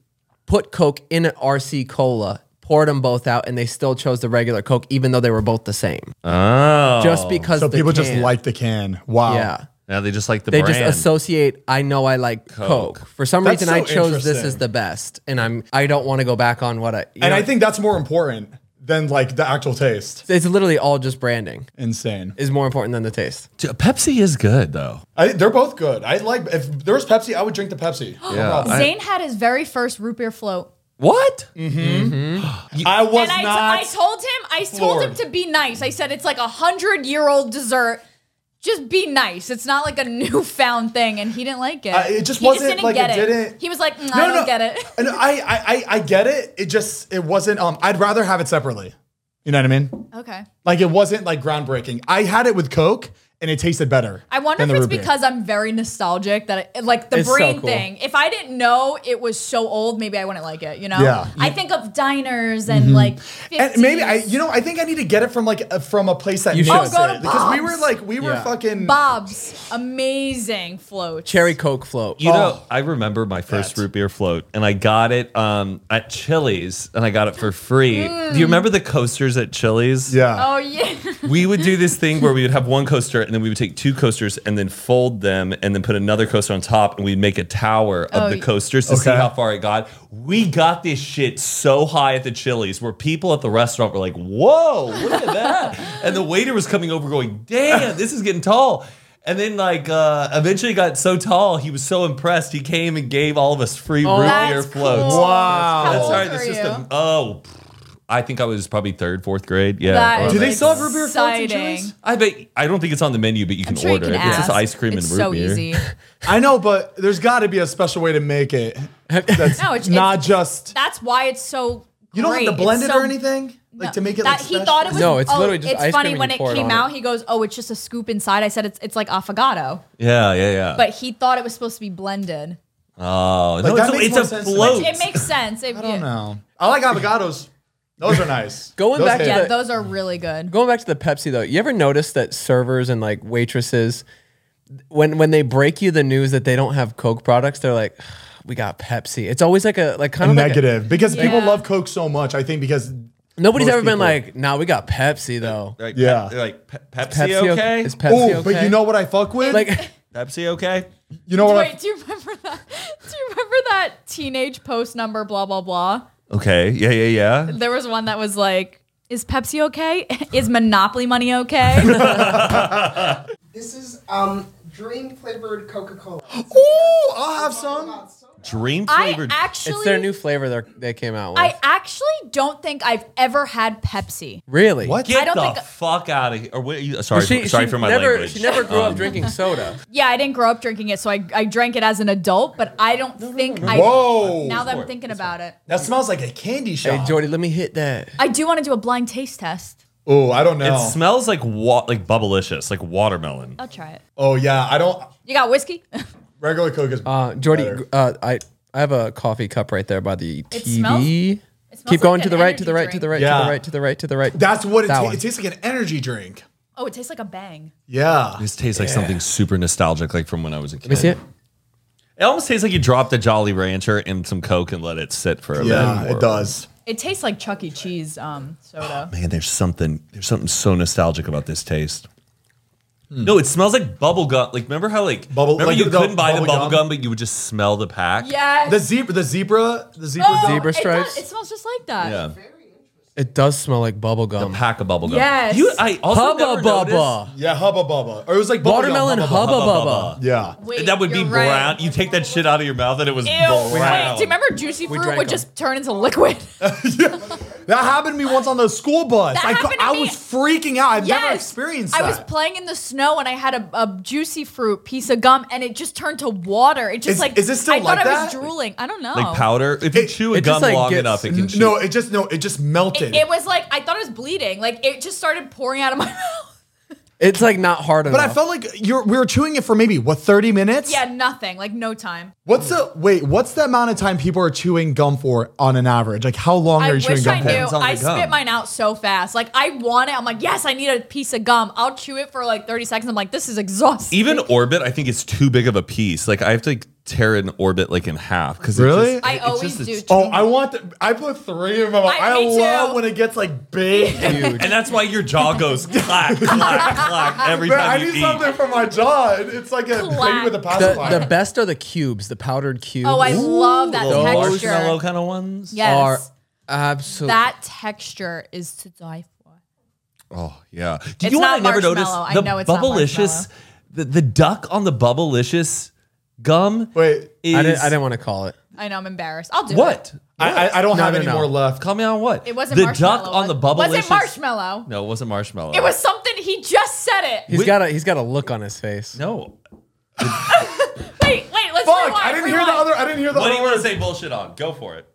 put Coke in an RC cola, poured them both out, and they still chose the regular Coke, even though they were both the same. Oh. Just because So the people just can. like the can. Wow. yeah. Now they just like the They brand. just associate. I know I like Coke. For some That's reason, I so chose this as interesting. the best, and I'm I don't want to go back on what I. you And know, I think that's more important than like the actual taste. it's literally all just branding Insane. is more important than the taste. Dude, Pepsi is good though. I, they're both good. I like if there was Pepsi, I would drink the Pepsi. No problem. Zane had his very first root beer float. What? I was and I, t- not. I told him, I told him floored. to be nice. I said it's like a hundred year old dessert. Just be nice. It's not like a newfound thing, and he didn't like it. I- it just He wasn't didn't like get it didn't- He was like, mm, I don't get it. And I, I, I, I get it. It just, it wasn't. Um, I'd rather have it separately. You know what I mean? Okay. Like it wasn't like groundbreaking. I had it with Coke, and it tasted better. I wonder if than the it's root beer. because I'm very nostalgic that I, like the It's so brain cool. thing. If I didn't know it was so old, maybe I wouldn't like it. You know? Yeah. I think of diners Mm-hmm. and like. 50s. And maybe I, you know, I think I need to get it from like a, from a place that should. makes Oh, go to it because we Bob's. were like we were Yeah. fucking. Bob's amazing float. Cherry Coke float. You know, I remember my first That. root beer float, and I got it um, at Chili's, and I got it for free. Do you remember the coasters at Chili's? Yeah. Oh yeah. we would do this thing where we would have one coaster and then we would take two coasters and then fold them and then put another coaster on top and we'd make a tower of Oh, the y- coasters to see Okay. how far it got. We got this shit so high at the Chili's where people at the restaurant were like, whoa, look at that. and the waiter was coming over going, damn, this is getting tall. And then, like, uh, eventually got so tall, he was so impressed, he came and gave all of us free root beer Oh, That's floats. cool. Wow. How That's old all right. were That's you? just a, oh, I think I was probably third, fourth grade. Yeah. That around is Do they there. still have root beer floats at exciting. Chili's? I bet I don't think it's on the menu, but you can I'm sure you order can it. It's ask. just ice cream It's and root so beer. easy. I know, but there's got to be a special way to make it. That's No, it's- not it's- just. That's why it's so. You don't great. have to blend It's it so- or anything, like No, to make it. that like, he special? thought it was. No, it's oh, literally just It's ice funny cream when and you it pour it came on out. it. He goes, "Oh, it's just a scoop inside." I said, "It's it's like affogato," Yeah, yeah, yeah. but he thought it was supposed to be blended. oh, no, that it's, a- makes it's more a sense to me. float. It makes sense. It, I don't know. I like avocados. Those are nice. Going Those back hit. to Yeah, the- those are really good. Going back to the Pepsi though, you ever notice that servers and like waitresses, when when they break you the news that they don't have Coke products, they're like, "We got Pepsi." It's always like a like kind of like a- negative because people Yeah. love Coke so much. I think because nobody's most ever been people- like, "Nah, we got Pepsi though." Like, Yeah. Pe- like Pe- Pepsi, Pepsi okay? Is oh, Pepsi okay? but you know what I fuck with? like Pepsi okay? you know what? I, Wait, do you remember that? Do you remember that teenage post number? Blah blah blah. Okay. Yeah, yeah, yeah. There was one that was like, "Is Pepsi okay? Is Monopoly money okay?" This is um dream flavored Coca Cola. oh, I'll have some. Dream I flavored. actually, it's their new flavor they're, they came out with. I actually don't think I've ever had Pepsi. really? What? Get I don't the think- fuck out of here. Or what are you, Well, sorry, She, sorry she for my never, language. Um, She never grew up drinking soda. Yeah, I didn't grow up drinking it, so I, I drank it as an adult, but I don't think I. Whoa. Now that I'm thinking about it, That smells like a candy Hey, shop. Jordy, let me hit that. I do want to do a blind taste test. oh, I don't know. It smells like wa- like bubblicious, like watermelon. I'll try it. oh yeah, I don't. You got whiskey? Regular Coke is. Uh, Jordy, better. uh, I I have a coffee cup right there by the smells- TV. smells Keep going like to an the right, to the energy right, to the drink. right, to Yeah. the right, to the right, to the right. That's what it, that ta- one. it tastes like an energy drink. Oh, it tastes like a bang. Yeah. This tastes like something super nostalgic, like from when I was a kid. Let me see it. It almost tastes like you dropped a Jolly Rancher in some Coke and let it sit for a Yeah, bit. it does. It tastes like Chuck E. Cheese um, soda. Man, there's something there's something so nostalgic about this taste. No, it smells like bubble gum. Like remember how like Hmm. Bubble- remember like you the couldn't buy the bubble bubble gum? gum, but you would just smell the pack. Yes. The zebra, the zebra, the zebra. Oh, gum. Zebra it does- stripes? It, smells just like that. yeah, It does smell like bubble the gum. pack of bubble gum. Yes. you. I also Hubba never noticed- bubba. Yeah, hubba bubba, or it was like bubble gum, Watermelon hubba bubba. Yeah. Wait, that would be you're brown. right. You take that shit out of your mouth, and it was Ew. brown. Wait, do you remember juicy We fruit would drank 'em. just turn into liquid? That happened to me once on the school bus. That I, cou- happened to I me. was freaking out. I've never yes. experienced I that. was playing in the snow and I had a, a juicy fruit piece of gum and it just turned to water. It just Is- like is it still I thought like I was that? drooling. I don't know. Like powder. If you It- chew a it just, gum like, long gets- enough, it can. N- chew- no, it just no, it just melted. It, it was like I thought it was bleeding. Like it just started pouring out of my mouth. It's like not hard but enough. I felt like you're we were chewing it for maybe what thirty minutes. Yeah, nothing. Like no time. What's the wait? What's the amount of time people are chewing gum for on an average? Like how long I are you chewing wish gum I for? knew. Depends on the I spit gum. mine out so fast. Like I want it. I'm like, yes, I need a piece of gum. I'll chew it for like 30 seconds. I'm like, this is exhausting. Even orbit, I think it's too big of a piece. Like I have to like, tear an orbit like in half because Really? I it's always just- do. it's- too. Oh, I want. The, I put three of them. I, I- me love too. when it gets like big. and- and that's why your jaw goes clack clack clack every Man, time I you need eat. something for my jaw. It- It's like a Clack. baby with a pacifier. the, the best are the cubes, the powdered cubes. Oh, I love that The marshmallow texture. kind of ones. are Yes. absolutely. That texture is to die for. Oh yeah. Do It's you know what not I never noticed? marshmallow. I The know it's not bubblicious, the, the duck on the bubblicious Gum Wait, is I didn't, I didn't want to call it. I know I'm embarrassed. I'll do it. what? I, I, I don't No, have no, any no. more left. Call me on what? It wasn't the marshmallow. duck on the bubble. Was it marshmallow? No, it wasn't marshmallow. It was something he just said it. He's got a he's got a look on his face. no. Wait, wait, let's Fuck! rewind, I didn't hear rewind. the other. I didn't hear the What do other you want word. to say bullshit on? Go for it.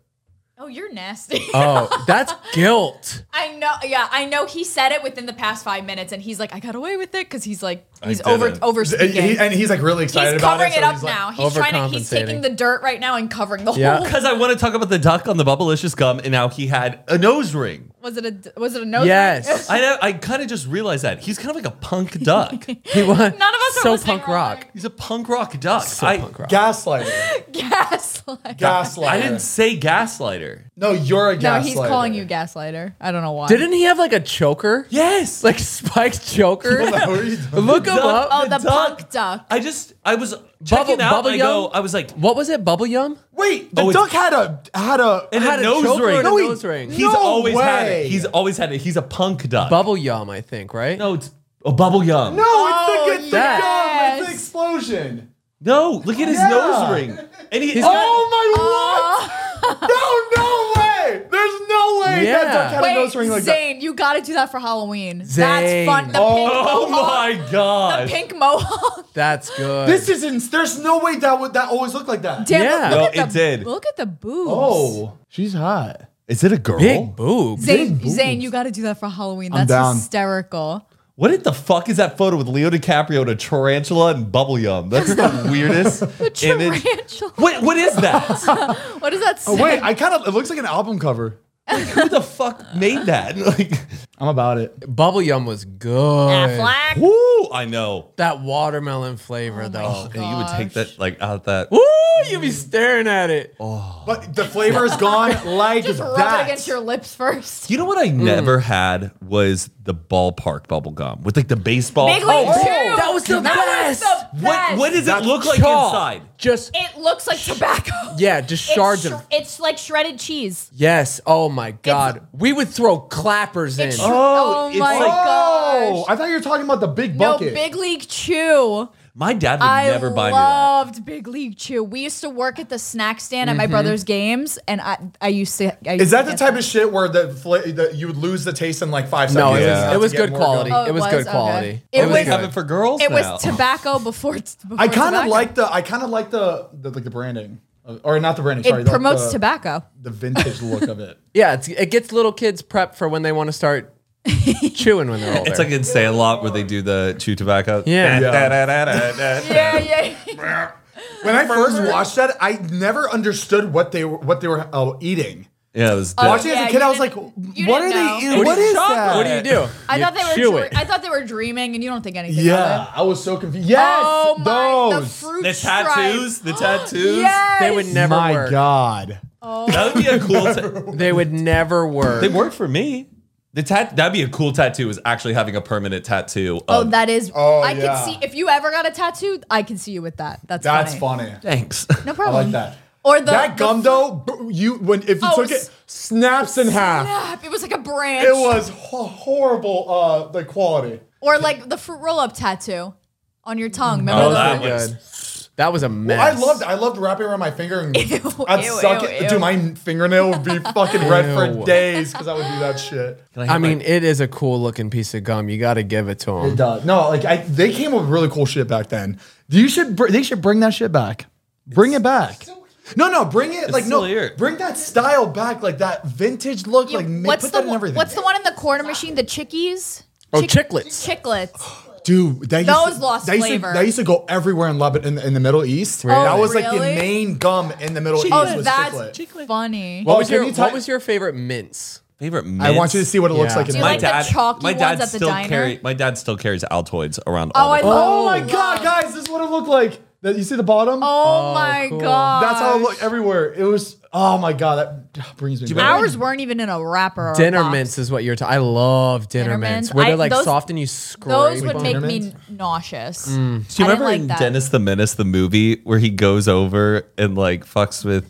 Oh, you're nasty. Oh, that's guilt. I know. Yeah, I know. He said it within the past five minutes, and he's like, I got away with it because he's like, I he's did over it. over And, he, speaking. and he's like really excited He's about covering it. it so up he's like- now. He's trying to. He's Overcompensating. taking the dirt right now and covering the Yeah. whole. Because I want to talk about the duck on the bubblelicious gum and how he had a nose ring. Was it a Was it a nose? Yes. I I kind of just realized that he's kind of like a punk duck. He was None of us are so listening punk right rock. he's a punk rock duck. So I, punk rock. gaslighter. Yes. Like, gaslighter. I didn't say gaslighter. No, you're a no, gaslighter. he's calling you gaslighter. I don't know why. Didn't he have like a choker? Yes. Like spiked choker? What are you doing? look him Duck. up. Oh, the, the duck. punk duck. I just I was checking out. bubble and I go. gum? I was like, What was it? Bubble yum? Wait, the Oh, it's- duck had a had a. and had a a nose choker ring. and a No, he- nose ring. he's always had way. it. He's always had it. He's a punk duck. Bubble yum, I think, right? no, it's a bubble gum. no, Oh, it's the, it's the gun. It's yes. the explosion. No, look at his Yeah. nose ring. And he, Oh my Oh, what? No, no way. There's no way Yeah. that duck had wait, a nose ring like that. Zane, you got to do that for Halloween. That's Zane. fun. The pink oh mohawk. my god. The pink mohawk. That's good. This isn't. There's no way that would that always looked like that. Damn, Yeah. look, No, look at it the, did. Look at the boobs. Oh, she's hot. Is it a girl? big boobs. Zane, Big Zane, boobs. you got to do that for Halloween. I'm That's down. hysterical. What in the fuck is that photo with Leo DiCaprio to tarantula and bubble yum? That's the weirdest image. Tarantula. What what is that? What does that say? Oh wait, I kind of. It looks like an album cover. Who the fuck made that? Like, I'm about it. Bubble yum was good. Affleck. woo! I know. Oh, That watermelon Oh flavor though. And you would take that like out that. Woo! You be staring at it. But the flavor is gone like Just rub that. it against your lips first. You know what Mm. I never had was the ballpark bubble gum with like the baseball. Big League oh, Two. that was the That was best. the What best. what does it That's look like Chaw. inside? Just It looks like tobacco. yeah, just shards it's, of. sh- it's like shredded cheese. Yes. Oh my God. we would throw clappers in. It's shre- Oh, oh, it's my like- Oh, gosh. I thought you were talking about the big no, bucket. Big League Chew. My dad would I never buy me that. loved Big League Chew. We used to work at the snack stand Mm-hmm. at my brother's games, and I, I used to. I used Is that to the get type of shit where the, fla- the you would lose the taste in like five no, seconds? it Yeah. was it was good quality. Oh, it it was, was? good Okay. quality. It It, They was was- good. have it for girls. It now. was tobacco before. t- before I kind of tobacco. like the I kind of like the, the like the branding, of- or not the branding. It sorry, the- promotes the, tobacco. The vintage look of it. yeah, it's, it gets little kids prep for when they want to start chewing when they're older. It's like in Sandlot where they do the chew tobacco. Yeah. Da-da-da-da-da. Yeah, yeah. When I first watched that, I never understood what they were what they were uh, eating. Yeah, it was Watching Oh, it as yeah, a kid, you I was like, didn't- you "What are didn't know. they eating? What What is is chocolate? that? what do you do? I You thought they were. chew dre- it. I thought they were dreaming, and you don't think anything. Of Yeah, it. I was so confused. Yes, Oh my! The those. fruit the stripe. tattoos, the tattoos. Yes. They would never my work. God. That would be a cool. Ta- They would never work. they work for me. The tat that'd be a cool tattoo is actually having a permanent tattoo. Of, Oh, that is. Oh, I could yeah. see if you ever got a tattoo, I can see you with that. That's That's funny. funny. thanks. No I problem. like that. Or the that the gum fruit though, b- you when if you Oh, took s- it, snaps in half. snap. Ah, It was like a branch. It was ho- horrible. Uh, the quality. Or like the fruit roll up tattoo on your tongue. Mm. Remember Oh, the that fruit- was good. That was a mess. I loved. I loved wrapping around my finger and I'd ew, suck ew, it. ew. Dude, my fingernail would be fucking red Ew. for days because I would do that shit. I mean, it is a cool looking piece of gum. You got to give it to them. Duh. No, like I, they came up with really cool shit back then. You should. Br- they should bring that shit back. Bring it back. No, no, bring it like still no. here. Bring that style back, like that vintage look. You- like ma- what's put the that in one- everything. what's the one in the corner machine? The chickies. Oh, Chick- chiclets. Chiclets. Dude, that used Those to, lost that used to- flavor. that used to go everywhere in Lebanon, in, the- in the Middle East. That was like the Really? main gum in the Middle East Oh, was that's chiclet. funny. What was can your you What ti- was your favorite mints? favorite. I want you to mints? see what it looks Yeah. like in Do the you like the chalky my ones dad at the still diner? Carry, my dad still carries Altoids around. Oh, all I the time. love. Oh my god, guys, this is what it looked like. That you see the bottom? Oh, my god. that's how it looked everywhere. It was oh my god, that brings me. back. Ours weren't even in a wrapper. Or a Dinner box. mints is what you're. T- I love dinner, Dinner mints. mints. Where they're I- like those- soft and you scrape. Those would on make them. me nauseous. Do you Mm. I didn't remember like in that. Dennis the Menace the movie where he goes over and like fucks with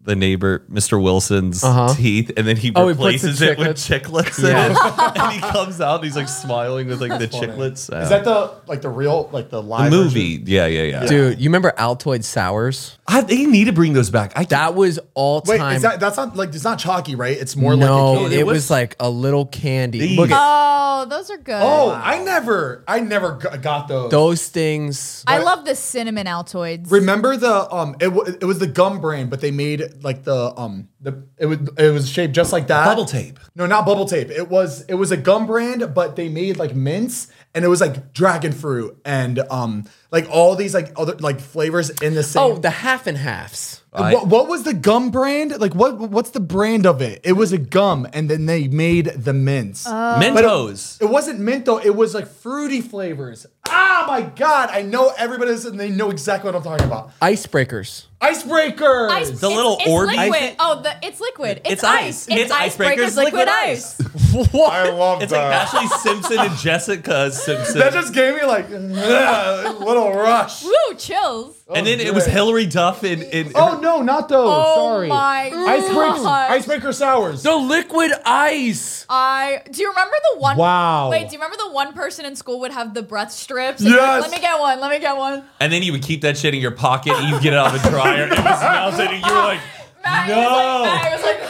the neighbor, Mr. Wilson's Uh-huh. teeth, and then he Oh, he puts the replaces it with chiclets in it. and he comes out and he's like smiling with like the chiclets. uh, Is that the like the real like the the live version? movie? Yeah, yeah, yeah. Dude, you remember Altoid Sours? I, they need to bring those back. I That was all Wait, time. is that that's not like it's not chalky, right? It's more like no, a it, candy. was, was- like a little candy. These- Look at Oh, those are good. Oh, I never, I never g- got those. those things. I love the cinnamon Altoids. Remember the um, it, w- it was the gum brain, but they made like the um, the it was it was shaped just like that. Bubble tape. No, not bubble tape. It was it was a gum brand, but they made like mints, and it was like dragon fruit and um, like all these like other like flavors in the same. Oh, the half and halves. what, what was the gum brand? Like what what's the brand of it? It was a gum, and then they made the mints. Oh. Mentos. It wasn't mint though. It was like fruity flavors. Ah, my god! I know everybody is, and they know exactly what I'm talking about. Icebreakers. Icebreakers. Ice- The little it's, Orbeez? It's liquid. Ice- oh, the, it's liquid. It's, It's ice. ice. It's icebreakers, liquid ice. I love It's like that. Ashley Simpson and Jessica Simpson. that just gave me like a little rush. Woo, chills. and then it was great. Hillary Duff in, in Oh no, not those. Oh Sorry. my Icebreakers. God. Icebreaker sours. The liquid ice. I do you remember the one? Wow. Wait, do you remember the one person in school would have the breath strips? And be Yes. Like, Let me get one. Let me get one. and then you would keep that shit in your pocket and you'd get it out of the dryer and it smells it and you were like Matt, No. I was like, Matt,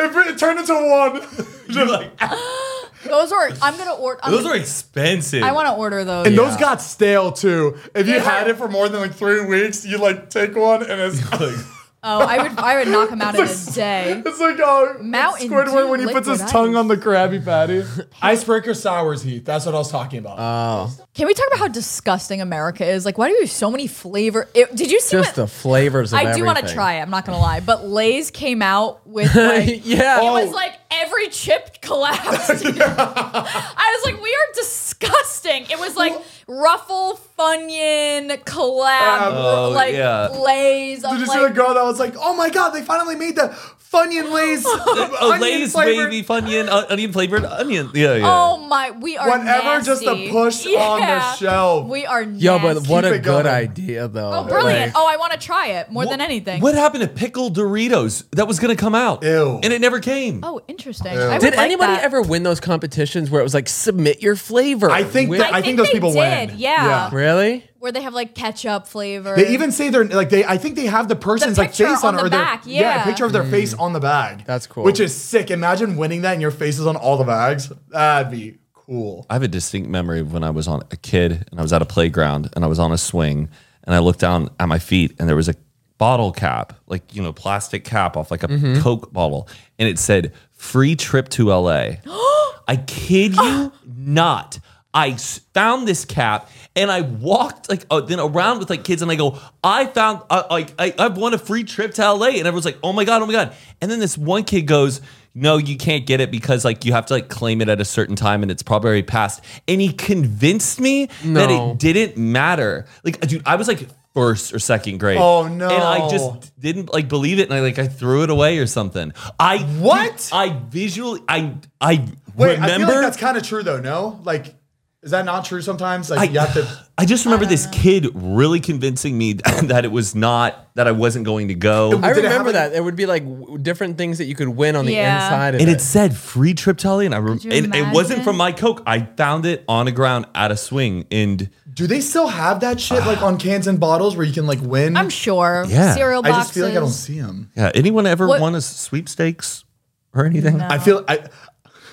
I was It, it turned into one. you're like like, those are. I'm gonna order. those are expensive. I want to order those. And those got stale too. If you had it for more than like three weeks, you like take one and it's like oh, I would. I would knock them out in a day. it's like oh Mountain Squidward Dew when he puts his liquid tongue ice. on the Krabby Patty. Icebreaker sours, Heath. That's what I was talking about. Can we talk about how disgusting America is? Like, why do we have so many flavor? It, did you see Just what? the flavors of I do want to everything. try it. I'm not gonna lie, but Lay's came out with like, Yeah. It Oh. was like every chip collapsed. I was like, we are disgusting. It was like ruffle, Funyun, collab, Oh, like yeah. Lay's. Um, Did you see the girl that was like, "Oh my god, they finally made the Funyun Lay's, Oh, onion Lay's flavored- baby funyun uh, onion flavored onion. Yeah, yeah. Oh my, we are Whatever, just nasty. a push on the Yeah. shelf. We are nasty. Yo, but what Keep a it good going. idea though. Oh, brilliant! Like, oh, I want to try it more than Wha- anything. What happened to pickled Doritos that was gonna come out? Ew. And it never came. Oh, interesting. I would did like anybody that. ever win those competitions where it was like submit your flavor? I think With- that, I, think those they people did, win. yeah. really. Where they have like ketchup flavor. They even say they're like they. I think they have the person's like picture face on on, the it or their back, yeah. a picture of their face on the bag. That's cool. Which is sick. Imagine winning that and your face is on all the bags. That'd be cool. I have a distinct memory of when I was on a kid and I was at a playground and I was on a swing and I looked down at my feet and there was a bottle cap, like, you know, plastic cap off like a Coke bottle. And it said, free trip to LA. I kid you not. I s- found this cap and I walked like uh, then around with like kids and I go, I found uh, like I, I've won a free trip to LA and everyone's like, oh my god, oh my god. And then this one kid goes, no, you can't get it because like you have to like claim it at a certain time and it's probably already passed. And he convinced me that No. it didn't matter. Like, uh, dude, I was like first or second grade. Oh, no. And I just didn't like believe it and I like I threw it away or something. I What? I visually I I Wait, I feel remember like that's kind of true though. No, like, is that not true sometimes? Like, I- you have to. I just remember this kid really convincing me that it was not that I wasn't going to I go. Did it have, remember like- that. It would be like w- different things that you could win on the Yeah. inside of and it. it said free trip telly, and I rem- you and it wasn't imagine? from my coke. I found it on the ground at a swing, and Do they still have that shit like on cans and bottles where you can like win? I'm sure. Yeah. Cereal I boxes. just feel like I don't see them. yeah. Anyone ever What- won a sweepstakes or anything? I feel I.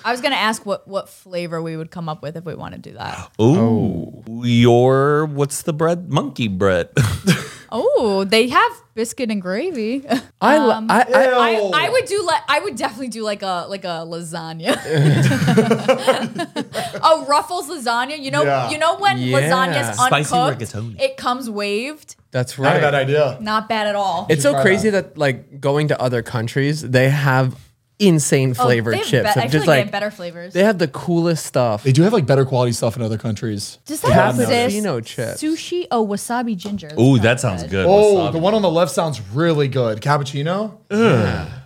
I was gonna ask what what flavor we would come up with if we want to do that. Ooh, your what's the bread? Monkey bread. Oh, they have biscuit and gravy. I, I, li- Um, I, I, Ew. I would do like I would definitely do like a like a lasagna. oh, Ruffles lasagna. You know Yeah. you know when Yeah. lasagna's Spicy uncooked, rigatoni. it comes waved. that's Not a bad right. idea. Not bad at all. It's so crazy that. like going to other countries, they have insane Oh, flavored they have chips. Be- I of feel just like, they like have better flavors. they have the coolest stuff. They do have like better quality stuff in other countries. Does They that have exist? Filipino chips. Sushi. Oh, wasabi ginger. Ooh, that sounds good. Oh, Wasabi. the one on the left sounds really good. Cappuccino.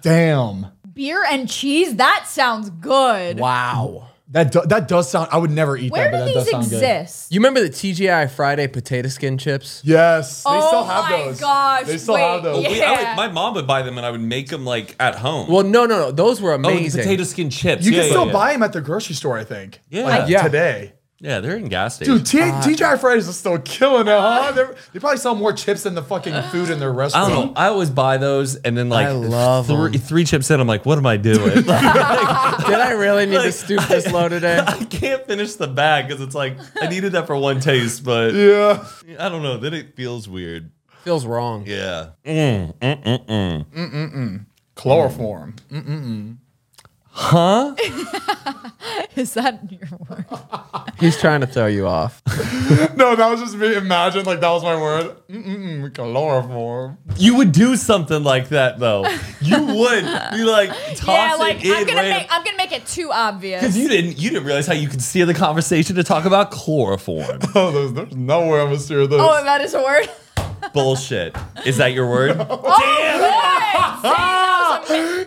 Damn. Beer and cheese. That sounds good. Wow. That do, that does sound. I would never eat Where that, but do that does these sound good. exist? You remember the TGI Friday potato skin chips? Yes, they Oh still have my those. gosh, they still wait, have those. yeah. We- I would, my mom would buy them and I would make them like at home. Well, no, no, no. Those were oh, the amazing. potato skin chips. You yeah, can yeah, still yeah. buy them at the grocery store, I think. Yeah. Like Yeah. Today. Yeah, they're in gas Dude, stations. T- TGI Fridays are still killing it, huh? They're, they probably sell more chips than the fucking food in their I restaurant. don't know. I always buy those and then like I love three, 'em. three chips in. I'm like, what am I doing? Did I really need to stoop this low today? I can't finish the bag because it's like I needed that for one taste, but Yeah. I don't know. Then it feels weird. Feels wrong. Yeah. Eh, Chloroform. Is that your word? He's trying to throw you off. No, that was just me. Imagine, like, that was my word. Mm-mm-mm, chloroform. You would do something like that though. You would be like tossing Yeah, like in I'm gonna random- make I'm gonna make it too Because obvious. you didn't, you didn't realize how you could steer the conversation to talk about chloroform. Oh, there's, there's nowhere I'm going to steer this. Oh, that is a word. Bullshit. Is that your word? Oh,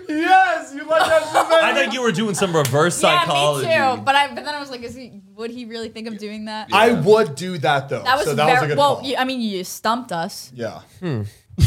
yes, you like that I think you were doing some reverse Yeah, me psychology. too. But I but then I was like, is he would he really think of doing that? I would do that, though. That was so that very was a good well. call. You, I mean, you stumped us. Yeah. Hmm. he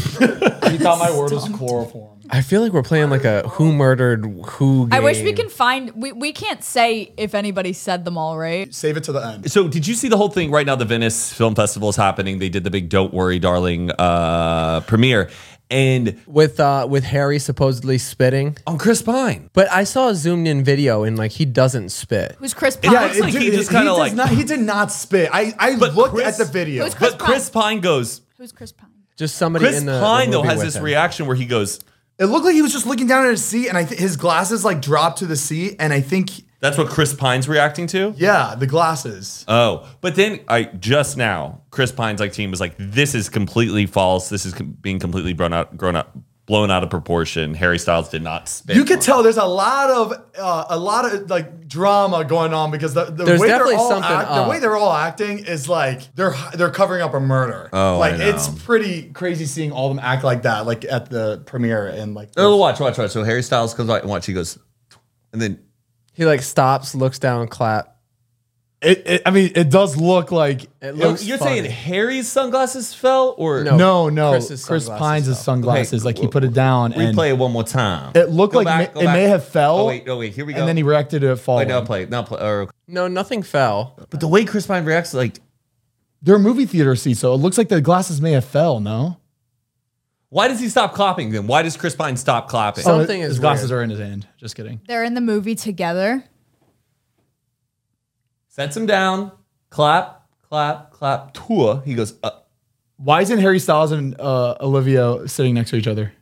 thought my word was chloroform. I feel like we're playing like a who murdered who game. I wish we can find. We, we can't say if anybody said them all, right? Save it to the end. So, did you see the whole thing right now? The Venice Film Festival is happening. They did the big "Don't Worry, Darling" uh, premiere, and with uh with Harry supposedly spitting. on Chris Pine. But I saw a zoomed in video and like he doesn't spit. Who's Chris Yeah, Pine? it's- like he just kinda does like- not- he did not spit. I, I But looked Chris- at the video. Who's Chris But Chris Pine uh, goes. Who's Chris Pine? Just somebody Chris in the the Pine though movie has with this him. reaction where he goes, It looked like he was just looking down at his seat, and I th- his glasses like dropped to the seat, and I think "That's what Chris Pine's reacting to." yeah, the glasses. Oh, but then I just now Chris Pine's like team was like, "This is completely false. This is com- being completely blown out, grown up, blown out of proportion." Harry Styles did not spit. you could tell there's a lot of uh, a lot of like drama going on because the, the There's way they're definitely all something act- the up. way they're all acting is like they're they're covering up a murder. Oh, I like know. it's pretty crazy seeing all of them act like that, like at the premiere and like. Oh, watch, watch, watch. So Harry Styles comes out and watch. He goes, and then He like stops, looks down, clap. It, it, I mean, it does look like It looks you're funny. saying Harry's sunglasses fell, or No. no, no. Chris's Chris sunglasses Pine's fell. sunglasses, like he put it down and replay it one more time? It looked Go like back, ma- go it may back. have fell. Oh wait, oh wait, here we go. and then he reacted to it falling. wait, now play, now play. Or, No, nothing fell. Oh, but the way Chris Pine reacts, like, They're movie theater seats, so it looks like the glasses may have fell. No, why does he stop clapping? Then why does Chris Pine stop clapping? So- Something his is glasses weird. are in his hand. Just kidding. They're in the movie together. Sets him down, clap, clap, clap. Tour. He goes, uh, Why isn't Harry Styles and uh, Olivia sitting next to each other?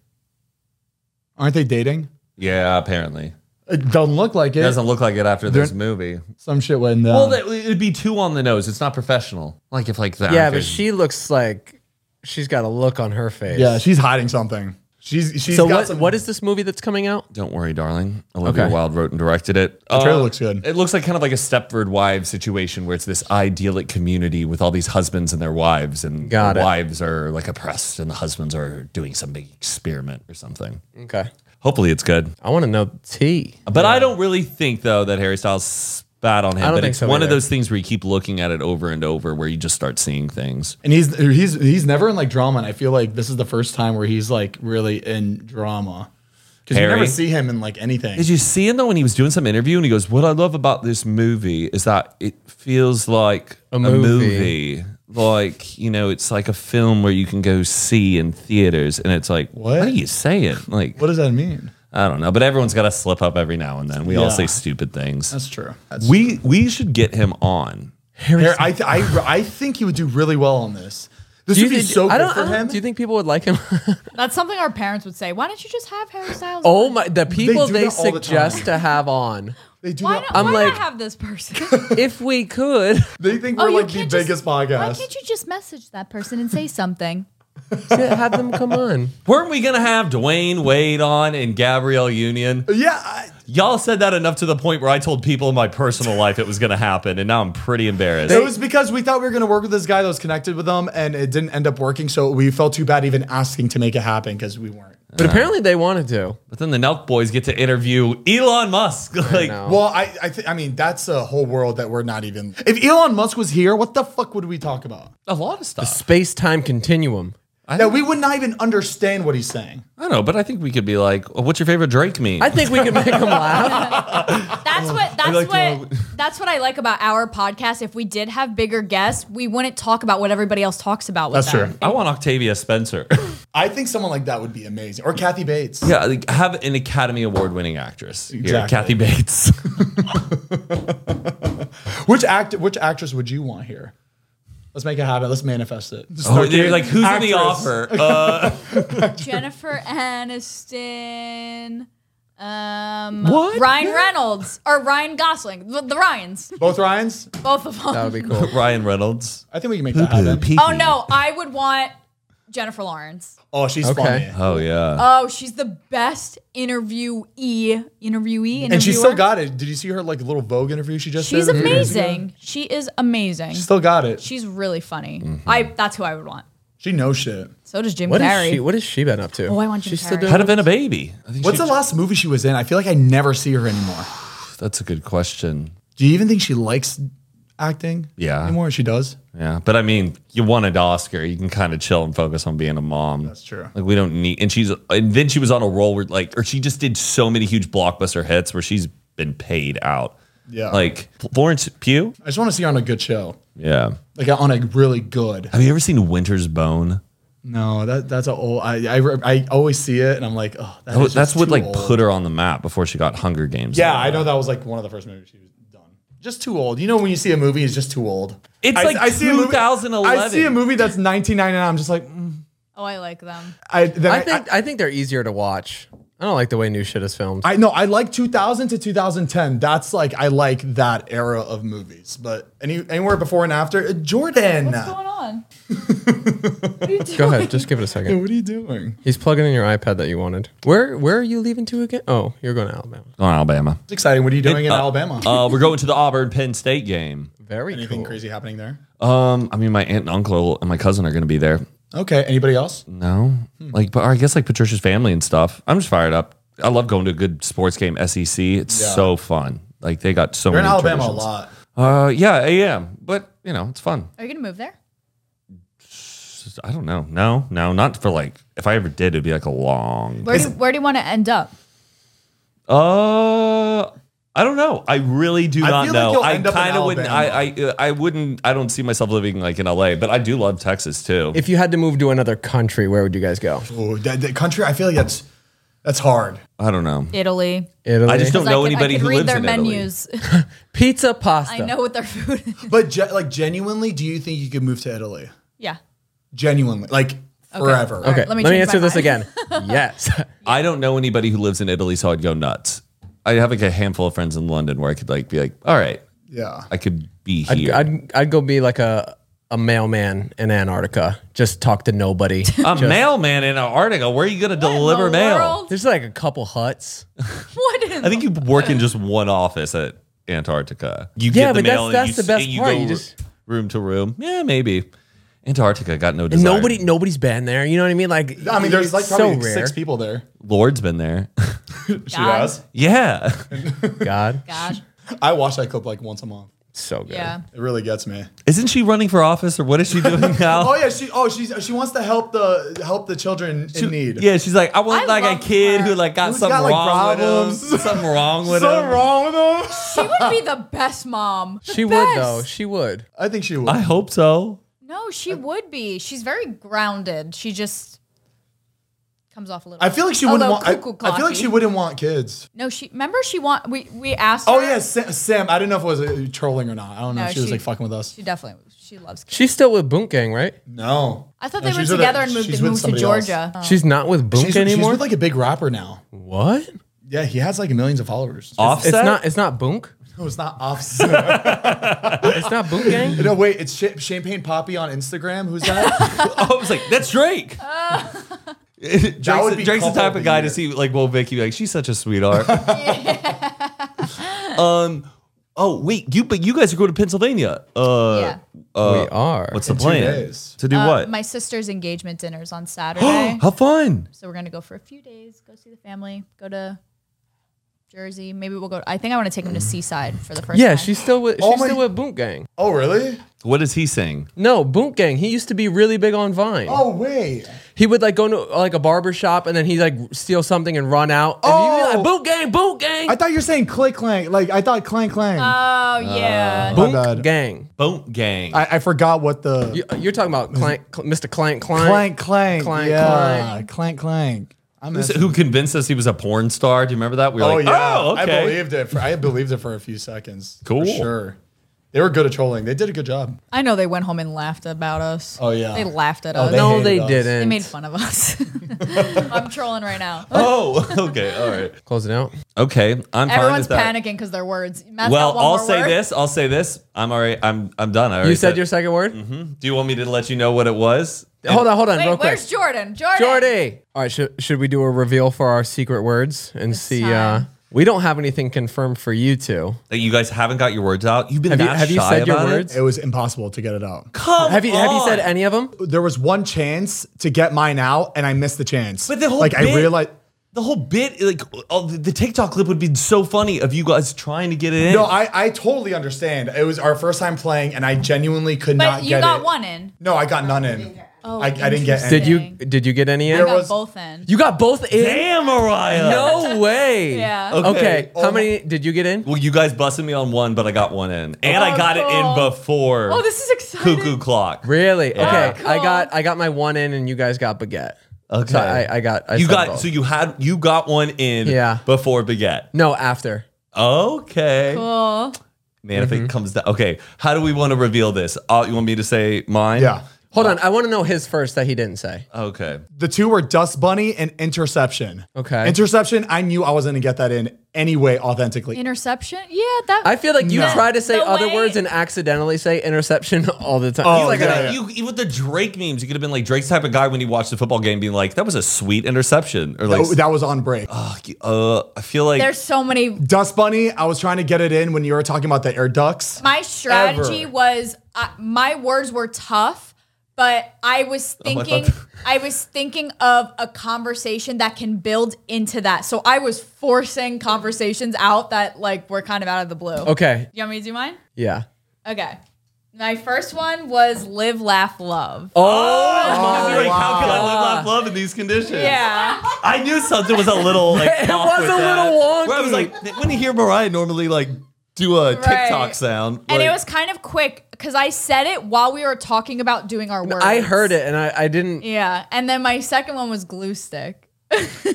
Aren't they dating? yeah, apparently. It doesn't look like it. It doesn't look like it after this They're- movie. Some shit went down. Well, that, it'd be two on the nose. It's not professional. Like if like that. Yeah, but she looks like she's got a look on her face. yeah, Uh, she's hiding something. She's she's so got what, some. what is this movie that's coming out? Don't worry, darling. Olivia Okay. Wilde wrote and directed it. The trailer looks good. It looks like kind of like a Stepford Wives situation where it's this idyllic community with all these husbands and their wives, and Got the it. wives are like oppressed, and the husbands are doing some big experiment or something. Okay. Hopefully, it's good. I want to know T. But I don't really think though that Harry Styles spat on him. I don't but think it's so one of either. those things where you keep looking at it over and over, where you just start seeing things. and he's he's he's never in like drama, and I feel like this is the first time where he's like really in drama. Because you Harry? never see him in like anything. Did you see him though when he was doing some interview and he goes, "What I love about this movie is that it feels like a, movie. movie. Like you know, it's like a film where you can go see in theaters." And it's like, what, What? are you saying? Like, what does that mean? I don't know. But everyone's got to slip up every now and then. We all Yeah. say stupid things. That's true. That's We we should get him on. Harry, I, th- I, I think he would do really well on this. This Do would be think- so I good don't- I for don't- him. Do you think people would like him? That's something our parents would say. Why don't you just have Harry Styles? oh on? my! The people do they, that all the suggest time. to have on. they do. Why, not- not, I'm why like- not have this person? if we could, they think Oh, we're you like the can't biggest just- Why podcast. can't you just message that person and say something? have them come on. Weren't we gonna have Dwayne Wade on and Gabrielle Union? yeah, I, Y'all said that enough to the point where I told people in my personal life it was gonna happen, and now I'm pretty embarrassed. it was because we thought we were going to work with this guy that was connected with them, and it didn't end up working. So we felt too bad even asking to make it happen because we weren't. But apparently they wanted to. But then the Nelk boys get to interview Elon Musk. like, know. Well, I I, th- I mean that's a whole world that we're not even. If Elon Musk was here, what the fuck would we talk about? a lot of stuff. Space time continuum. That we would not even understand what he's saying. I don't know, but I think we could be like, oh, what's your favorite Drake meme? I think we could make them laugh. That's what that's like to- what that's what I like about our podcast. If we did have bigger guests, we wouldn't talk about what everybody else talks about. With That's them. true. I want Octavia Spencer. I think someone like that would be amazing, or Kathy Bates. yeah, like, have an Academy Award winning actress. Here, Exactly. Kathy Bates. Which act? Which actress would you want here? Let's make it happen. Let's manifest it. Just oh, start they're getting like, who's in the actress. offer? Uh, Jennifer Aniston. Um, What? Ryan Reynolds or Ryan Gosling? The, the Ryans, Both Ryan's. both of them. That would be cool. Ryan Reynolds. I think we can make that happen. oh no, I would want Jennifer Lawrence. Oh, she's Okay. funny, Oh, yeah. Oh, she's the best interviewee, interviewee, interviewer. and she still got it. Did you see her like little Vogue interview she just? She's did a few years ago? amazing. She is amazing. She still got it. She's really funny. I that's who I would want. She knows shit. So does Jim What Carrey. is she? What has she been up to? Oh, I want Jim She's still Carrey. doing Had have been a baby. I think What's she- the last movie she was in? I feel like I never see her anymore. That's a good question. Do you even think she likes acting? Yeah. Anymore? She does. Yeah, but I mean, you won an Oscar. You can kind of chill and focus on being a mom. That's true. Like we don't need. And she's and then she was on a roll where like, or she just did so many huge blockbuster hits where she's been paid out. Yeah. like Florence Pugh. I just want to see her on a good show, Yeah. like on a really good. Have you ever seen Winter's Bone? No, that that's a old. I I, re- I always see it, and I'm like, oh, that That was- is that's just what too like old. put her on the map before she got Hunger Games. Yeah, I know that was like one of the first movies she was done. Just too old. You know when you see a movie, it's just too old. It's I, like I see a movie- 2011. I see a movie that's 1999. I'm just like, mm. oh, I like them. I then I I- think I, think they're easier to watch. I don't like the way new shit is filmed. I know I like 2000 to 2010. That's like I like that era of movies. But any anywhere before and after, uh, Jordan. What's going on? Go ahead, just give it a second. What are you doing? He's plugging in your iPad that you wanted. Where where are you leaving to again? Oh, you're going to Alabama. on Alabama. It's exciting. What are you doing in Alabama? Uh, we're going to the Auburn Penn State game. Very Anything cool. crazy happening there? Um, I mean, my aunt and uncle and my cousin are going to be there. Okay. Anybody else? No, Hmm. like, but or I guess like Patricia's family and stuff. I'm just fired up. I love going to a good sports game. SEC, it's so fun. Like they got so You're in many. Alabama traditions. a lot. Uh, yeah, I am. But you know, it's fun. Are you gonna move there? Just- I don't know. No, no, not for like. If I ever did, it'd be like a long. Where do, where do you want to end up? Uh. I don't know. I really do I not feel like know. you'll I end up in kind of wouldn't. I, Alabama. I uh, I wouldn't. I don't see myself living like in LA, but I do love Texas too. If you had to move to another country, where would you guys go? Oh, that, that country. I feel like that's that's hard. I don't know. Italy. Italy. I just don't know I could, anybody I could who read lives their in Italy. menus. pizza pasta. I know what their food is. But ge- like genuinely, do you think you could move to Italy? Yeah. Genuinely, like forever. All Okay, right, let let me me, change my answer this mind. again. yes. I don't know anybody who lives in Italy, so I'd go nuts. I have like a handful of friends in London where I could like be like, all right, Yeah. I could be I'd, here. I'd, I'd go be like a, a mailman in Antarctica. Just talk to nobody. Oh. a mailman in Antarctica. Where are you gonna deliver the mail? world? There's like a couple huts. What is? I think you work in just one office at Antarctica. Yeah, You get the but that's- mail and that's you, the best and you part. go You just- room to room. Yeah, maybe. Antarctica got no And desire. nobody nobody's been there. You know what I mean? Like I mean, there's it's like so probably rare. six people there. Lord's been there. She God. has. yeah. God. God. I watch that clip like once a month. So good. Yeah. It really gets me. Isn't she running for office or what is she doing now? Oh yeah, she oh she's she wants to help the help the children in need. Yeah, she's like, I want I like love a kid her. who like got Who's something got, like, wrong with him. problems. Something wrong with Something him. wrong with them? She would be the best mom. The She best. would though. She would. I think she would. I hope so. No, she would be. She's very grounded. She just comes off a little. I feel like she wouldn't Although want. I, cuckoo I feel like clocky. she wouldn't want kids. No, she. Remember, she want. We we asked. Oh her- yeah, Sam. Sam I didn't know if it was uh, trolling or not. I don't know No, if she, was she- like fucking with us. She definitely. She loves. Kids. She's still with Boonk Gang, right? No, I thought No, they were she's with a- together and moved, she's they with moved to somebody else. Georgia. Oh. She's not with Boonk She's, she's anymore. with like a big rapper now. Oh. what? Yeah, he has like millions of followers. Offset. It's not. It's not Boonk. No, it's not Offset. It's not Boonk Gang. no, wait, it's Ch- Champagne Poppy on Instagram. Who's that? I was like, that's Drake. Drake's, would be Drake's the couple type of the of guy to year. see like, well, Vicky, like she's such a sweetheart. um, Oh wait, you but you guys are going to Pennsylvania. Uh, uh, we are. What's the plan? days. To do Uh, what? My sister's engagement dinner's on Saturday. How fun! so we're gonna go for a few days, go see the family, go to Jersey. Maybe we'll go. I think I want to take him to Seaside for the first yeah, time. she's still with she's Oh my- still with Boot Gang. Oh, really? What is he saying? No, Boot Gang. He used to be really big on Vine. Oh, wait. He would like go to like a barber shop and then he like steal something and run out. And he'd be like, Oh. Boot Gang, Boot Gang, I thought you were saying click clank. Like, I thought clank clank. Uh, Oh yeah. My Boot bad. Gang. Boat gang. I, I forgot what the You, you're talking about Clank, Cl- Mr. Clank, Clank, clank clank. Clank, yeah. Clank. Clank clank. I Who's- miss who convinced us he was a porn star? Do you remember that? We were Oh like, yeah, oh, okay. I believed it. For, I believed it for a few seconds. Cool. for sure. They were good at trolling. They did a good job. I know they went home and laughed about us. Oh, yeah. They laughed at Oh, us. they No, hated they us. didn't. They made fun of us. I'm trolling right now. Oh, okay, all right, Close it out. okay. I'm fine Everyone's with that. panicking because their words. Matt's got Well, one I'll more say word. this. I'll say this. I'm already. I'm. I'm done. I You already said your second word. Do you want me to let you know what it was? Hold on, hold on, Wait, real quick. where's Jordan? Jordan. Jordy. All right, should, should we do a reveal for our secret words and see? Uh, time. we don't have anything confirmed for you two. That you guys haven't got your words out. You've been Have you, that have you shy said your about it? words? It was impossible to get it out. Come Have you have you said on. any of them? There was one chance to get mine out, and I missed the chance. But the whole like bit- I realized. The whole bit, like oh, the, the TikTok clip, would be so funny of you guys trying to get it in. No, I, I totally understand. It was our first time playing, and I genuinely could But not you get got it. one in. No, I got none in. Oh, I, I didn't get any. Did you Dang. did you get any I in? got was- both in. You got both in. Damn, Mariah. No way. Yeah. Okay. Okay. oh How many did you get in? Well, you guys busted me on one, but I got one in, and I Oh, got it in cool. before. Oh, this is exciting. cuckoo clock. Really? Yeah. Okay. Oh, I cool. got I got my one in, and you guys got baguette. Okay. So I, I got I you said got both. so you had you got one in Yeah. before baguette. no after. Okay. Cool. Man, if Mm-hmm. it comes down. Okay. How do we want to reveal this? Uh, you want me to say mine? Yeah. Hold on, I want to know his first that he didn't say. Okay. The two were Dust Bunny and Interception. Okay. Interception, I knew I wasn't going to get that in anyway, authentically. Interception. Yeah, that. I feel like you No. try to say The other way- words and accidentally say interception all the time. Oh, He's like, yeah. uh, You, you with the Drake memes, you could have been like Drake's type of guy when he watched the football game, being like, "That was a sweet interception," or like, Oh, that was on break. "Uh, I feel like There's so many. Dust Bunny, I was trying to get it in when you were talking about the air ducts. My strategy Ever. was uh, my words were tough, but I was Oh I thought thinking I was thinking of a conversation that can build into that. So I was forcing conversations out that like were kind of out of the blue. okay. You want me to do mine? Yeah. Okay. My first one was live, laugh, love. Oh. Oh, I was like, how can I live, laugh, love in these conditions? Yeah. I knew something was a little. Like, It off was with a that, little wonky. Where I was like, when you hear Mariah normally like do a TikTok sound, And it like- was kind of quick because I said it while we were talking about doing our work. I heard it and I, I didn't Yeah. And then my second one was glue stick.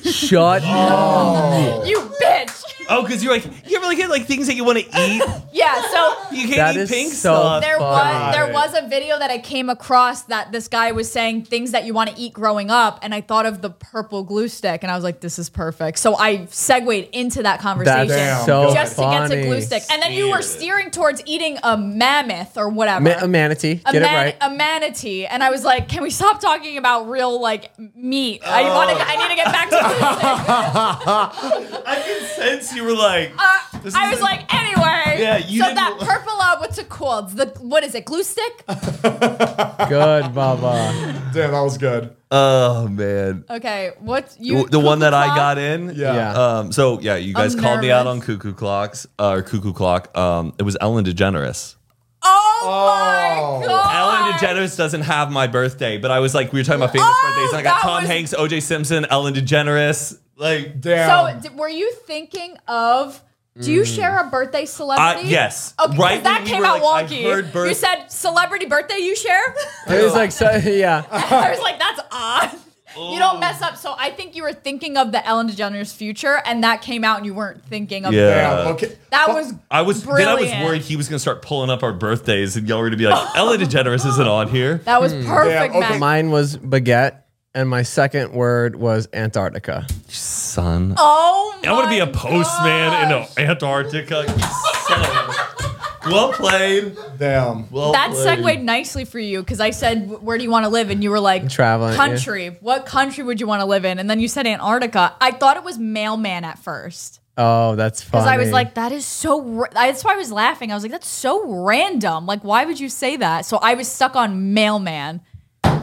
shut up. You bitch. oh, because you're like you ever like get like things that you want to eat. Yeah. So You can't That eat is pink so stuff. there was Got there was a video that I came across that this guy was saying things that you want to eat growing up, and I thought of the purple glue stick, and I was like, this is perfect. So I segued into that conversation. That's so just funny. to get to glue stick, and then you were steering towards eating a mammoth or whatever. Ma- a manatee. a, Get man- it right. a manatee, and I was like, "Can we stop talking about real like meat? I want to. I need to get back to." Glue stick. I can sense you were like. Uh, this I is was like, anyway. Yeah, you so didn't- that purple, uh, what's it called? The what is it? Glue stick? Good, Baba. Damn, that was good. oh man. Okay, what you? The the one that I Kukulcan? got in, Yeah. Yeah. Um, so yeah, you guys I'm called me out on nervous. cuckoo clocks uh, or cuckoo clock. Um, it was Ellen DeGeneres. Oh, my god! Ellen DeGeneres doesn't have my birthday, but I was like, we were talking about famous Oh, birthdays. And I got that Tom was- Hanks, O.J. Simpson, Ellen DeGeneres. Like, Damn. So, d- were you thinking of? Do you share a birthday celebrity? Mm. yes. Okay, 'cause Right that when you came were out like, I wonky. heard birth- You said celebrity birthday you share? it was like so yeah. I was like, that's odd. You don't mess up. So I think you were thinking of the Ellen DeGeneres future, and that came out, and you weren't thinking of Yeah. Damn, okay. That was I was then I Brilliant. was worried he was gonna start pulling up our birthdays, and y'all were gonna be like, Ellen DeGeneres isn't on here. that was perfect. okay. Matt. Mine was baguette and my second word was Antarctica. Son, oh, I want to be a my postman gosh. in Antarctica. You son of a- Well played. Damn. Well That played. segued nicely for you because I said, "Where do you want to live?" and you were like, Traveling, yeah. country. What country would you want to live in?" And then you said Antarctica. I thought it was mailman at first Oh, that's funny. because I was like, "That is so." Ra-. I- That's why I was laughing. I was like, "That's so random. Like, why would you say that?" So I was stuck on mailman,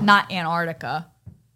not Antarctica,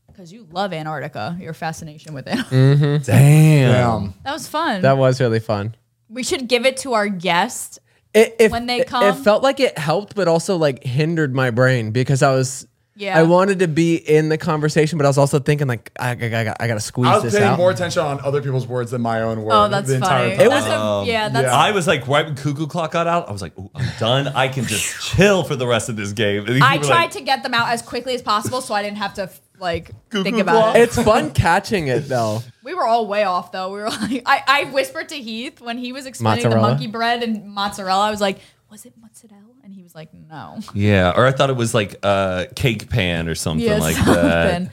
because you love Antarctica. Your fascination with it. Damn. that was fun. Mm. that was really fun. we should give it to our guest. It, it, When they it- it come? felt like it helped, but also like hindered my brain because I was. Yeah. I wanted to be in the conversation, but I was also thinking like I, I, I, I gotta squeeze I was this paying out. more attention on other people's words than my own words. Oh, that's the funny. Entire time. That's a- yeah, that's I was like, right when Cuckoo Clock got out, I was like, Ooh, I'm done. I can just chill for the rest of this game. And you I were tried like, to get them out as quickly as possible so I didn't have to like think Cuckoo about clock. it. it's fun catching it though. We were all way off though. We were like, I, I whispered to Heath when he was explaining Mozzarella? the monkey bread and mozzarella. I was like, was it mozzarella? And he was like, no. Yeah, or I thought it was like a cake pan or something like that.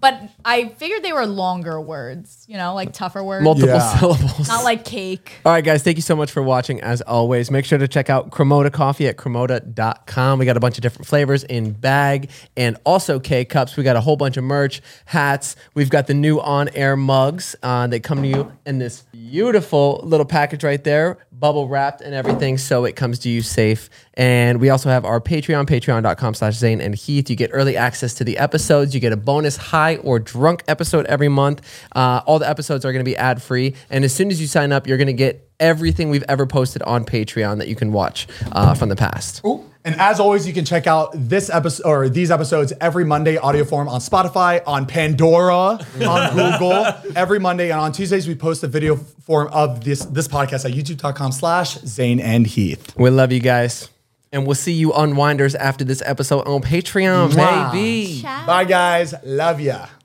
But I figured they were longer words, you know, like tougher words. Multiple Yeah. syllables. Not like cake. All right, guys, thank you so much for watching. As always, make sure to check out Cremota Coffee at cremota.com. We got a bunch of different flavors in bag and also K cups. We got a whole bunch of merch, hats. We've got the new on air mugs uh, that come to you in this beautiful little package right there, bubble wrapped and everything, so it comes to you safe. And we also have our Patreon, patreon.com slash Zane and Heath. You get early access to the episodes. You get a bonus high or drunk episode every month. Uh, all the episodes are going to be ad free. And as soon as you sign up, you're going to get everything we've ever posted on Patreon that you can watch uh, from the past. Ooh. And as always, you can check out this episode or these episodes every Monday audio form on Spotify, on Pandora, on Google every Monday, and on Tuesdays we post a video form of this this podcast at YouTube.com/slash Zane and Heath. We love you guys. And we'll see you unwinders after this episode on Patreon, baby. Bye guys, love ya.